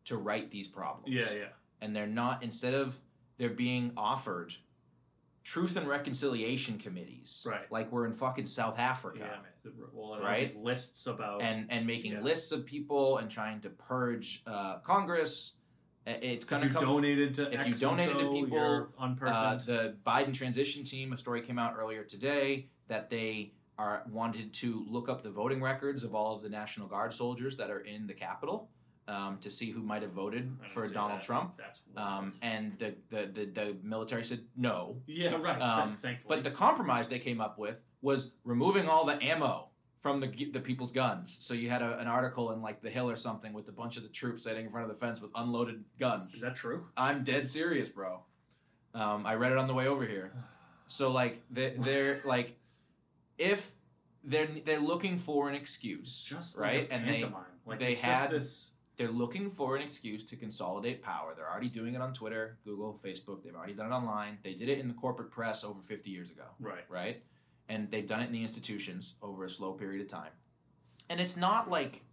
B: to right these problems.
A: yeah, yeah.
B: and they're not instead of they're being offered truth and reconciliation committees
A: Right.
B: like we're in fucking south
A: Yeah,
B: africa
A: man. Well, and all
B: Right?
A: these lists about
B: and and making
A: Yeah.
B: lists of people and trying to purge uh, congress Uh, it's
A: if
B: going
A: you
B: to come
A: donated to
B: if
A: X
B: you
A: and
B: donated to
A: so,
B: people,
A: you're
B: uh,
A: unpersoned.
B: the biden transition team a story came out earlier today that they are wanted to look up the voting records of all of the national guard soldiers that are in the capitol um, to see who might have voted
A: I don't
B: for
A: see
B: donald
A: that.
B: trump
A: That's wild.
B: um, and the, the, the, the military said no.
A: yeah, right.
B: um,
A: thankfully,
B: But the compromise they came up with was removing all the ammo from the the people's guns. So you had a, an article in like The Hill or something with a bunch of the troops sitting in front of the fence with unloaded guns.
A: is that true?
B: I'm dead serious, bro. Um, I read it on the way over here. So like they, they're like, if they're they're looking for an
A: It's
B: excuse,
A: just
B: right?
A: Like a
B: and they
A: pantomime. like
B: they
A: it's just
B: had-
A: this.
B: they're looking for an excuse to consolidate power. They're already doing it on Twitter, Google, Facebook. They've already done it online. They did it in the corporate press over 50 years ago,
A: Right.
B: right? And they've done it in the institutions over a slow period of time. And it's not like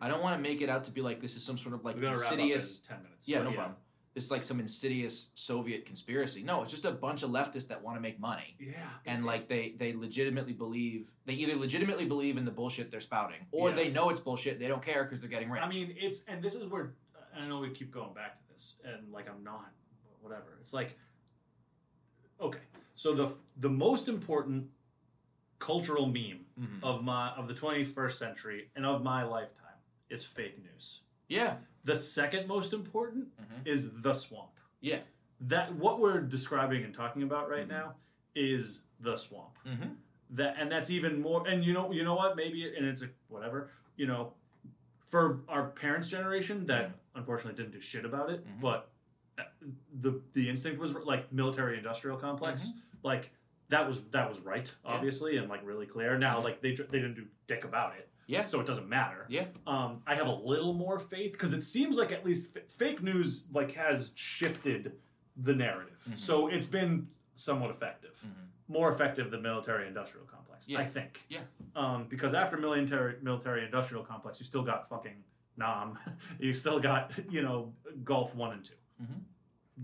B: I don't want to make it out to be like this is some sort of like
A: we gotta wrap
B: insidious.
A: up in ten minutes.
B: Yeah,
A: but
B: no problem. It's like some insidious Soviet conspiracy. No, it's just a bunch of leftists that want to make money
A: Yeah.
B: and like they they legitimately believe they either legitimately believe in the bullshit they're spouting or
A: Yeah.
B: they know it's bullshit they don't care because they're getting rich
A: I mean, it's and this is where and I know we keep going back to this, and like I'm not, but whatever. It's like, okay, so the the most important cultural meme
B: Mhm.
A: of my of the 21st century and of my lifetime is fake news.
B: yeah
A: The second most important
B: Mhm.
A: is the swamp.
B: Yeah.
A: That what we're describing and talking about right
B: Mhm.
A: now is the swamp.
B: Mm-hmm.
A: that and that's even more and you know you know what maybe and it's a whatever you know for our parents generation that
B: Mhm.
A: unfortunately didn't do shit about it
B: Mhm.
A: but uh, the the instinct was like military industrial complex like that was that was right
B: Mm-hmm. Yeah.
A: obviously and like really clear now
B: Mhm.
A: like they they didn't do dick about it
B: Yeah.
A: so it doesn't matter
B: Yeah.
A: um i have a little more faith because it seems like at least f- fake news like has shifted the narrative
B: Mhm.
A: so it's been somewhat effective more effective than military industrial complex.
B: Mm-hmm. Yeah.
A: I think.
B: Yeah.
A: Um, because after military military industrial complex, you still got fucking Nam, you still got you know Gulf one and 2
B: Mhm.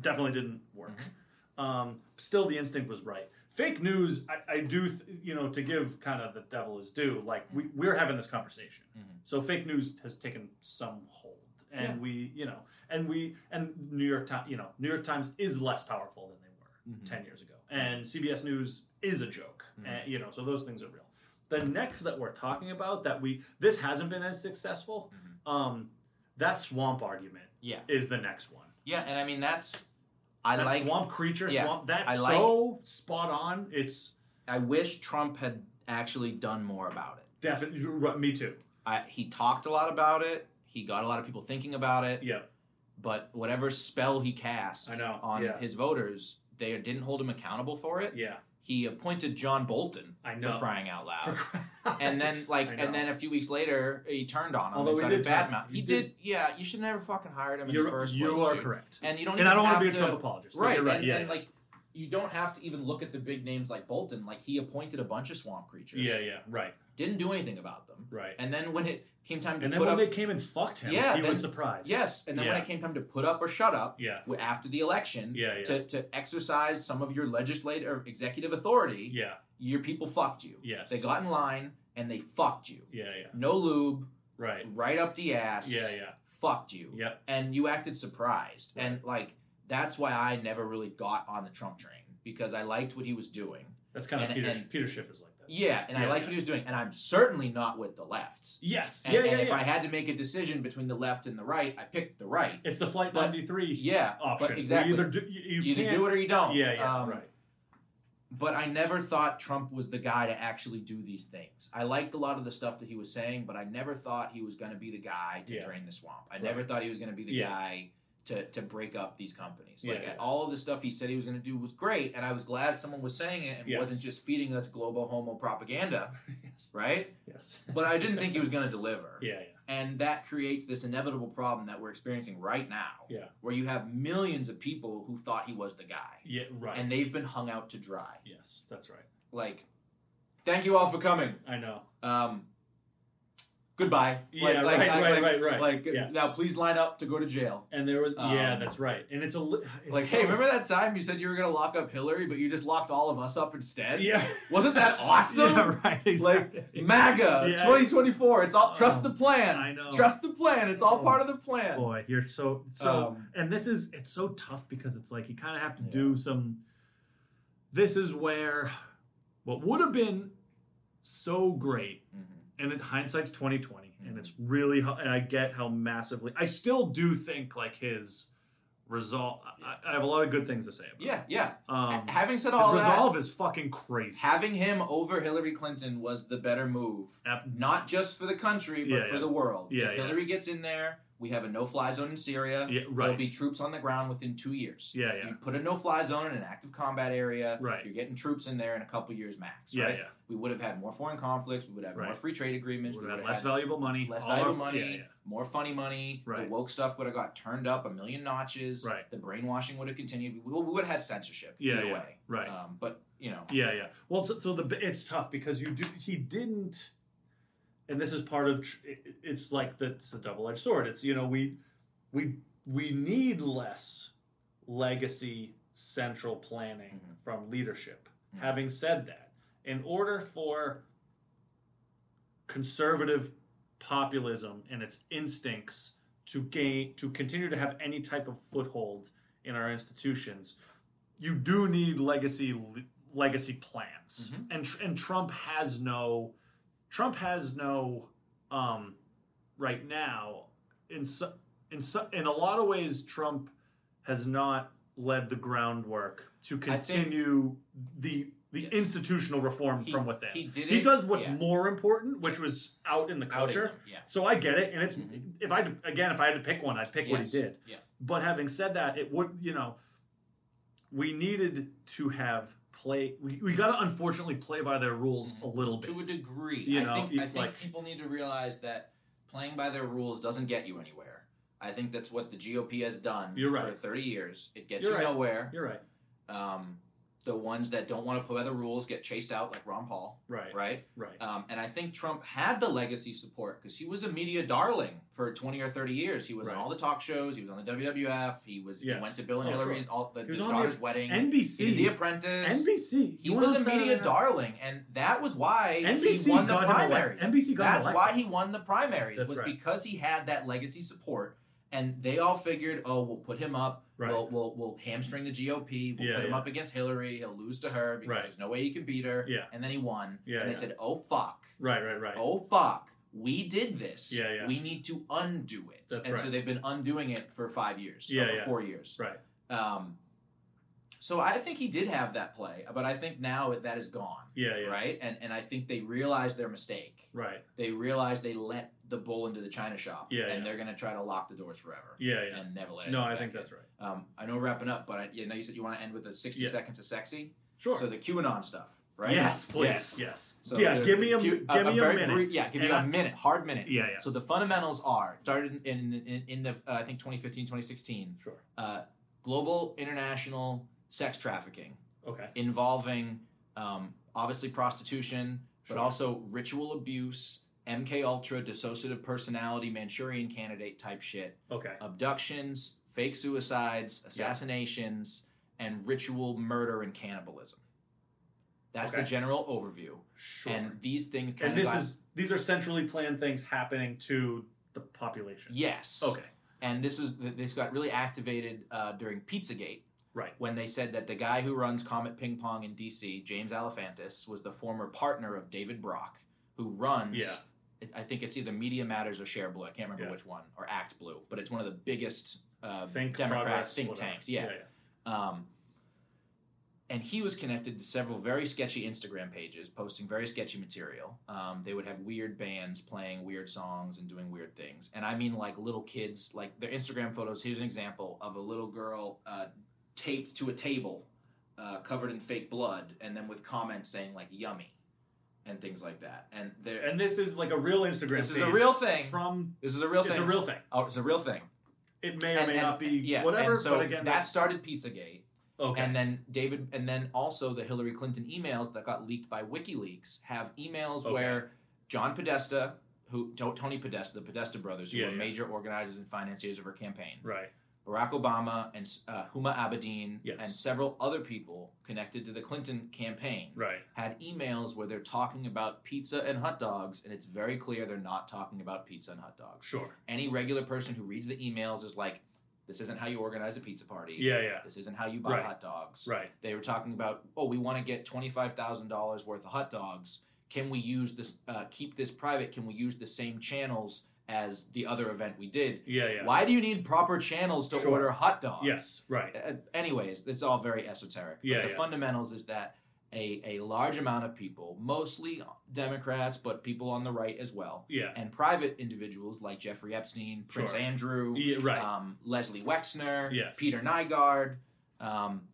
A: Definitely didn't work.
B: Mm-hmm.
A: Um, still, the instinct was right. Fake news, I, I do, th- you know, to give kind of the devil is due. Like we, we're having this conversation,
B: Mhm.
A: so fake news has taken some hold, and
B: Yeah.
A: we, you know, and we, and New York Times, you know, New York Times is less powerful than they were. 10 years ago. And CBS News is a joke.
B: Mhm.
A: And, you know, so those things are real. The next that we're talking about that we this hasn't been as successful, um, that swamp argument
B: Yeah.
A: is the next one.
B: Yeah, and I mean that's I
A: That
B: like
A: swamp creature,
B: yeah,
A: swamp that's
B: I like-
A: so spot on. It's
B: I wish Trump had actually done more about it.
A: definitely me too.
B: I, he talked a lot about it. He got a lot of people thinking about it.
A: Yeah.
B: But whatever spell he cast
A: I know,
B: on
A: yeah.
B: his voters, they didn't hold him accountable for it.
A: Yeah.
B: He appointed John Bolton
A: I
B: for
A: know.
B: crying out loud.
A: For-
B: and then like
A: I know.
B: and then a few weeks later he turned on him
A: Although
B: and
A: he
B: started
A: did turn-
B: badmouth.
A: he
B: He
A: did-
B: did, yeah, you should never fucking hired him in the
A: you're,
B: first
A: you
B: place.
A: are
B: dude.
A: correct.
B: And you don't
A: And I
B: even
A: don't want
B: have
A: to be a
B: to
A: Trump apologist. but
B: right,
A: You're right.
B: and,
A: yeah.
B: and, like you don't have to even look at the big names like Bolton. Like he appointed a bunch of swamp creatures.
A: yeah, yeah. Right.
B: Didn't do anything about them.
A: Right.
B: And then when it came time to
A: And then
B: put
A: when
B: up
A: they came and fucked him,
B: Yeah,
A: he was
B: then-
A: surprised.
B: Yes. And then when
A: Yeah.
B: it came time to put up or shut up
A: Yeah.
B: w- after the election
A: Yeah, yeah.
B: to, to exercise some of your legislative or executive authority,
A: Yeah.
B: your people fucked you.
A: Yes.
B: They got in line and they fucked you.
A: Yeah, yeah.
B: No lube,
A: Right.
B: right up the ass.
A: Yeah, yeah.
B: Fucked you.
A: Yep.
B: and you acted surprised and like that's why i never really got on the trump train because i liked what he was doing
A: That's kind of
B: And-
A: Peter.
B: and-
A: Peter Schiff is like that.
B: yeah and i
A: Yeah,
B: liked
A: yeah.
B: what he was doing and i'm certainly not with the left
A: Yes.
B: and,
A: yeah,
B: and
A: yeah,
B: if
A: yeah.
B: i had to make a decision between the left and the right i picked the right
A: it's the flight
B: But-
A: ninety three
B: yeah
A: option.
B: but
A: You
B: exactly
A: either do you, you
B: You either
A: can't,
B: do it or you don't
A: Yeah, yeah,
B: Um,
A: right.
B: but i never thought trump was the guy to actually do these things i liked a lot of the stuff that he was saying but i never thought he was going to be the guy to
A: Yeah.
B: drain the swamp i
A: Right.
B: never thought he was going to be the
A: Yeah.
B: guy to to break up these companies.
A: Yeah,
B: like
A: yeah.
B: all of the stuff he said he was going to do was great, and I was glad someone was saying it and
A: Yes.
B: wasn't just feeding us global homo propaganda,
A: yes.
B: right?
A: Yes.
B: But I didn't think he was going to deliver,
A: Yeah, yeah.
B: and that creates this inevitable problem that we're experiencing right now,
A: Yeah.
B: where you have millions of people who thought he was the guy,
A: Yeah, right.
B: and they've been hung out to dry.
A: yes, that's right.
B: Like, thank you all for coming.
A: I know.
B: Um, goodbye.
A: Yeah, right, right, right, right.
B: Like
A: Yes.
B: now, please line up to go to jail.
A: And there was yeah,
B: Um,
A: that's right. And it's a li- it's
B: like,
A: so-
B: hey, remember that time you said you were gonna lock up Hillary, but you just locked all of us up instead?
A: Yeah.
B: Wasn't that awesome?
A: Yeah, right. exactly.
B: MAGA,
A: Yeah.
B: 2024. It's all trust
A: Oh,
B: the plan.
A: I know.
B: Trust the plan. It's all
A: Oh,
B: part of the plan.
A: boy, you're so so
B: Um,
A: and this is it's so tough because it's like you kind of have to
B: Yeah.
A: do some this is where what would have been so great
B: Mm-hmm.
A: and it, hindsight's 2020 and it's really ho- and i get how massively i still do think like his resolve I, I have a lot of good things to say about
B: Yeah, yeah.
A: it. um
B: Ha- having said
A: his
B: all
A: resolve is fucking crazy
B: that, having him over Hillary Clinton was the better move,
A: Ab-
B: not just for the country, but
A: Yeah,
B: for
A: yeah.
B: the world.
A: Yeah,
B: if
A: yeah.
B: Hillary gets in there, we have a no-fly zone in Syria.
A: yeah
B: There'll
A: right
B: be troops on the ground within two years.
A: yeah yeah
B: You put a no-fly zone in an active combat area.
A: Right.
B: You're getting troops in there in a couple years max.
A: yeah
B: right?
A: yeah
B: We would have had more foreign conflicts. We would have more
A: Right.
B: free trade agreements.
A: Would've
B: we
A: had
B: would
A: less
B: have
A: valuable money
B: had less
A: all our-
B: valuable money.
A: yeah, yeah.
B: More funny money. The
A: Right.
B: woke stuff would have got turned up a million notches.
A: Right.
B: The brainwashing would have continued. We, we would have had censorship.
A: Yeah,
B: Either
A: yeah.
B: way.
A: right
B: Um, but you know.
A: Yeah, yeah. Well, so, so the it's tough because you do he didn't, and this is part of tr- it- it's like the it's a double edged sword. It's you know we we we need less legacy central planning
B: Mhm.
A: from leadership.
B: Mhm.
A: Having said that, in order for conservative populism and its instincts to gain to continue to have any type of foothold in our institutions you do need legacy legacy plans
B: Mhm.
A: and tr- and Trump has no Trump has no um right now in so, in so, in a lot of ways Trump has not led the groundwork to
B: I think-
A: continue the the
B: Yes.
A: institutional reform
B: He,
A: from within
B: He did it.
A: he does what's
B: yeah,
A: more important, which was out in the
B: outing
A: culture.
B: them, Yeah.
A: So I get it, and it's
B: Mhm.
A: if I had to- again if I had to pick one, I'd pick what he
B: Yes,
A: did.
B: yeah.
A: But having said that, it would you know we needed to have play. We, we got to unfortunately play by their rules
B: Mm-hmm.
A: a little bit.
B: To a degree.
A: You
B: I
A: know,
B: think, I
A: it's
B: think
A: like-
B: people need to realize that playing by their rules doesn't get you anywhere. I think that's what the GOP has done
A: You're
B: for
A: right.
B: 30 years. It gets
A: You're
B: you
A: right.
B: nowhere.
A: You're right.
B: Um, the ones that don't want to play by the rules get chased out, like Ron Paul,
A: Right.
B: right?
A: Right.
B: Um, and I think Trump had the legacy support because he was a media darling for 20 or 30 years. He was
A: Right.
B: on all the talk shows. He was on the WWF. He was he
A: Yes.
B: went to Bill and
A: Oh, sure.
B: Hillary's all the,
A: He was
B: his
A: on the-
B: daughter's wedding. He did The
A: NBC.
B: Apprentice.
A: NBC.
B: He
A: went on
B: was a
A: Saturday
B: media
A: Night-
B: darling, and that was why
A: NBC
B: he won the
A: got him
B: primaries.
A: elected. NBC got
B: That's
A: him
B: why
A: elected.
B: he won the primaries
A: That's
B: was
A: right.
B: because he had that legacy support, and they all figured, oh, we'll put him up.
A: Right.
B: We'll, we'll we'll hamstring the GOP. We'll
A: Yeah,
B: put him
A: yeah.
B: up against Hillary. He'll lose to her because
A: Right.
B: there's no way he can beat her.
A: Yeah.
B: And then he won.
A: Yeah,
B: and they
A: yeah.
B: said, oh fuck,
A: Right. Right. Right.
B: oh fuck, we did this.
A: Yeah, yeah.
B: We need to undo it.
A: That's
B: and so
A: right.
B: they've been undoing it for five years. or
A: Yeah,
B: for
A: yeah.
B: four years.
A: Right.
B: Um, so I think he did have that play, but I think now that is gone,
A: Yeah. Yeah. Right.
B: right? And and I think they realize their mistake. They realize they let the bull into the china shop,
A: Yeah,
B: and
A: yeah.
B: they're gonna try to lock the doors forever
A: Yeah. Yeah.
B: and never let.
A: No,
B: anyone
A: I think
B: back
A: that's right.
B: in. Um, I know we're wrapping up, but I, yeah, now you said you want to end with the sixty
A: Yeah.
B: seconds of sexy.
A: Sure.
B: So the QAnon stuff, right?
A: Yes, please.
B: Yes.
A: Yes.
B: So
A: yeah.
B: the-
A: Give me a,
B: Q-
A: give me a
B: very
A: minute.
B: brief- yeah, give me
A: And
B: a
A: I-
B: minute, hard minute.
A: yeah. Yeah.
B: So the fundamentals are started in in, in the uh, I think 2015, 2016.
A: Sure.
B: uh, global international sex trafficking
A: Okay.
B: involving um, obviously prostitution,
A: Sure.
B: but also ritual abuse, MK Ultra, dissociative personality, Manchurian candidate type shit,
A: Okay.
B: abductions, fake suicides, assassinations, and ritual murder and cannibalism. That's the
A: Okay.
B: general overview,
A: Sure.
B: and these things kind
A: and
B: of
A: this
B: vi-
A: is these are centrally planned things happening to the population.
B: yes
A: Okay.
B: and this was th- this got really activated uh, during Pizzagate,
A: Right.
B: When they said that the guy who runs Comet Ping Pong in DC, James Alephantis, was the former partner of David Brock, who runs.
A: Yeah.
B: I- I think it's either Media Matters or Share Blue. I can't remember
A: Yeah.
B: which one, or Act Blue, but it's one of the biggest uh,
A: Think
B: Democrat
A: progress,
B: think
A: whatever.
B: tanks. Yeah. Um, and he was connected to several very sketchy Instagram pages posting very sketchy material. Um, they would have weird bands playing weird songs and doing weird things. And I mean, like little kids, like their Instagram photos. Here's an example of a little girl uh, taped to a table, uh, covered in fake blood, and then with comments saying like "yummy" and things like that. And there,
A: And this is like a real Instagram.
B: this is a
A: page
B: real thing.
A: From
B: This is a real
A: it's
B: thing.
A: a real thing.
B: oh, it's a real thing.
A: It may or
B: And-
A: may
B: and-
A: not be
B: yeah,
A: whatever.
B: And so
A: but again,
B: that started PizzaGate.
A: okay.
B: And then David, and then also the Hillary Clinton emails that got leaked by WikiLeaks have emails
A: Okay.
B: where John Podesta, who To- Tony Podesta, the Podesta brothers, who
A: Yeah,
B: were
A: yeah.
B: major organizers and financiers of her campaign,
A: right.
B: Barack Obama and uh, Huma Abedin
A: Yes.
B: and several other people connected to the Clinton campaign
A: Right.
B: had emails where they're talking about pizza and hot dogs, and it's very clear they're not talking about pizza and hot dogs.
A: Sure.
B: Any regular person who reads the emails is like, "This isn't how you organize a pizza party.
A: Yeah. Yeah.
B: This isn't how you buy
A: Right.
B: hot dogs."
A: Right.
B: they were talking about oh we want to get $25000 worth of hot dogs can we use this uh, keep this private can we use the same channels as the other event we did
A: Yeah. Yeah.
B: why do you need proper channels to
A: Sure.
B: order hot dogs
A: Yes. Right.
B: uh, anyways it's all very esoteric but
A: Yeah,
B: the
A: yeah.
B: fundamentals is that a, a large amount of people mostly democrats but people on the right as well
A: Yeah.
B: and private individuals like jeffrey epstein prince
A: Sure.
B: andrew
A: Yeah. Right.
B: um, Leslie Wexner,
A: Yes.
B: Peter Nygaard, um,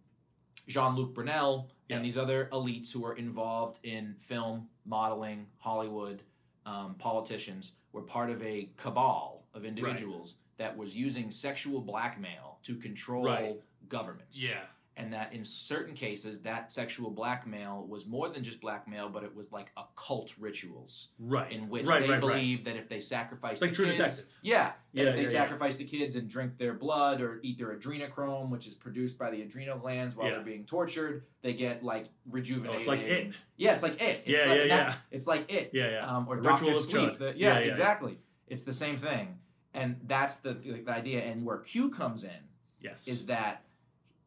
B: Jean Luc Brunel,
A: Yeah.
B: and these other elites who are involved in film, modeling, Hollywood, um, politicians were part of a cabal of individuals that was using sexual blackmail to control
A: Right.
B: governments.
A: yeah.
B: And that in certain cases, that sexual blackmail was more than just blackmail, but it was like occult rituals
A: Right.
B: in which
A: right.
B: they
A: right. Right.
B: believe that if they sacrifice
A: It's like
B: the
A: True
B: kids,
A: Detective.
B: yeah. that
A: Yeah,
B: if they
A: yeah, yeah.
B: sacrifice the kids and drink their blood or eat their adrenochrome, which is produced by the adrenal glands while
A: Yeah.
B: they're being tortured, they get like rejuvenated.
A: Oh, it's like it.
B: and- Yeah, it's like it. It's
A: Yeah,
B: like
A: yeah,
B: that-
A: yeah.
B: It's like it.
A: Yeah. Yeah.
B: Um, or
A: The
B: Doctor
A: ritual of
B: Sleep.
A: Chud.
B: The-
A: Yeah,
B: yeah,
A: yeah, yeah.
B: exactly. It's the same thing, and that's the, the the idea. And where Q comes in
A: yes.
B: is that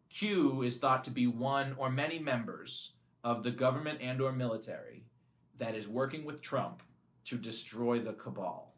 B: Q is thought to be one or many members of the government and or military that is working with Trump to destroy the cabal.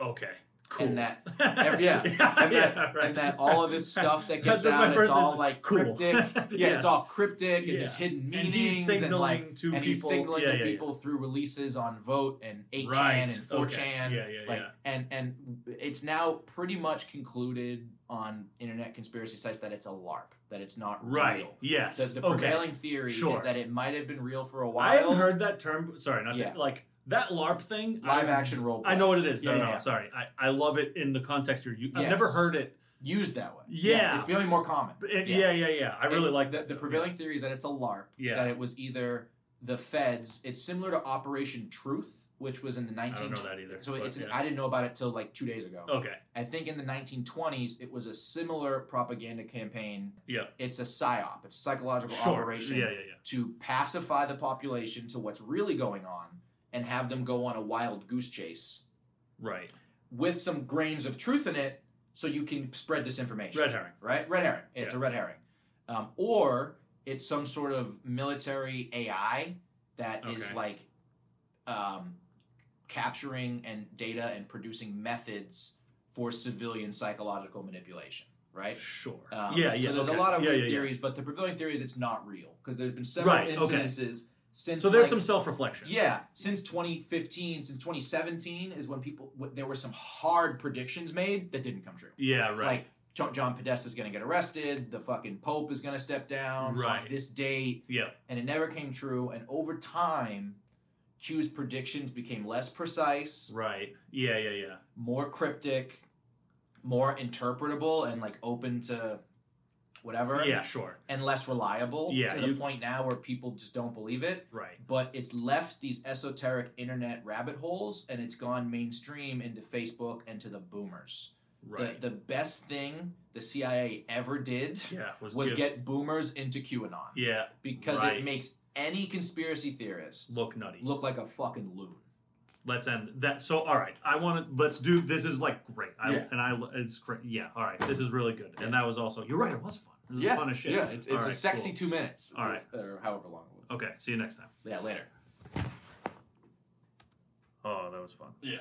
A: okay. Cool.
B: And that every- yeah, and that-
A: yeah, right.
B: and that all of this stuff that
A: That's
B: gets
A: just my
B: out,
A: first
B: it's all
A: is
B: like
A: cool.
B: cryptic. Yeah,
A: Yes.
B: it's all cryptic and there's
A: Yeah.
B: hidden
A: And
B: meanings
A: he's signaling
B: like
A: to people.
B: and he's signaling
A: yeah,
B: to
A: yeah, yeah.
B: people through releases on Vote and 8chan
A: Right.
B: and
A: okay.
B: 4chan.
A: Yeah. Yeah.
B: Like
A: yeah.
B: and and it's now pretty much concluded on internet conspiracy sites that it's a LARP, that it's not
A: Right.
B: real.
A: Yes.
B: The, the
A: okay.
B: prevailing theory
A: Sure.
B: is that it might have been real for a
A: I
B: while.
A: haven't heard that term. Sorry, not
B: Yeah.
A: to, like that LARP thing.
B: live
A: I-
B: action role.
A: I know what it is. No,
B: Yeah,
A: no,
B: yeah.
A: no, sorry. I, I love it in the context you're. You, I've
B: Yes.
A: never heard it.
B: used that way.
A: Yeah.
B: it's becoming more common.
A: but it- yeah. yeah,
B: Yeah.
A: yeah, I really
B: And
A: like
B: the,
A: that.
B: the
A: though.
B: prevailing theory is that it's a LARP.
A: Yeah.
B: That it was either the feds. It's similar to Operation Truth, which was in the
A: I don't
B: nineteen.
A: know that either.
B: So
A: but
B: it's
A: yeah. Oh.
B: I didn't know about it till like two days ago.
A: okay.
B: I think in the 1920s it was a similar propaganda campaign.
A: Yeah.
B: It's a psyop. It's a psychological
A: Sure.
B: operation
A: Yeah, yeah, yeah.
B: to pacify the population to what's really going on and have them go on a wild goose chase
A: Right.
B: with some grains of truth in it, so you can spread disinformation
A: Red herring.
B: right? Red herring. It's
A: Yeah.
B: a red herring. Um, or it's some sort of military AI that is
A: Okay.
B: like um, capturing and data and producing methods for civilian psychological manipulation, right?
A: Sure.
B: Um,
A: yeah, yeah.
B: So there's
A: okay.
B: a lot of
A: yeah,
B: weird
A: yeah, yeah.
B: theories, but the prevailing theory is it's not real because there's been several
A: Right, okay.
B: incidences since.
A: So there's
B: like,
A: some self reflection.
B: yeah, since 2015, since 2017 is when people w- there were some hard predictions made that didn't come true.
A: Yeah. Right.
B: Like Jo- John Podesta's going to get arrested. The fucking Pope is going to step down
A: Right.
B: on this date,
A: yeah.
B: and it never came true. And over time, Q's predictions became less precise,
A: Right. Yeah. Yeah. Yeah.
B: more cryptic, more interpretable, and like open to whatever,
A: Yeah. Sure.
B: and less reliable.
A: Yeah,
B: to the
A: you-
B: point now where people just don't believe it.
A: Right.
B: But it's left these esoteric internet rabbit holes, and it's gone mainstream into Facebook and to the boomers.
A: Right.
B: The, the best thing the CIA ever did
A: yeah. Was,
B: was,
A: give-
B: get boomers into QAnon
A: Yeah.
B: because
A: right.
B: it makes any conspiracy theorist
A: Look nutty.
B: look like a fucking loon.
A: Let's end that. So, all right, I want to. Let's do. This is like great. I,
B: Yeah.
A: And I. It's great. Yeah. All right. This is really good. And
B: Yes.
A: that was also. You're right. It was fun. This is fun as shit.
B: Yeah, it's, it's
A: All
B: a
A: right,
B: sexy
A: cool.
B: two minutes. It's
A: All
B: a- or however long it was.
A: Okay. See you next time.
B: Yeah, later.
A: Oh, that was fun.
B: Yeah.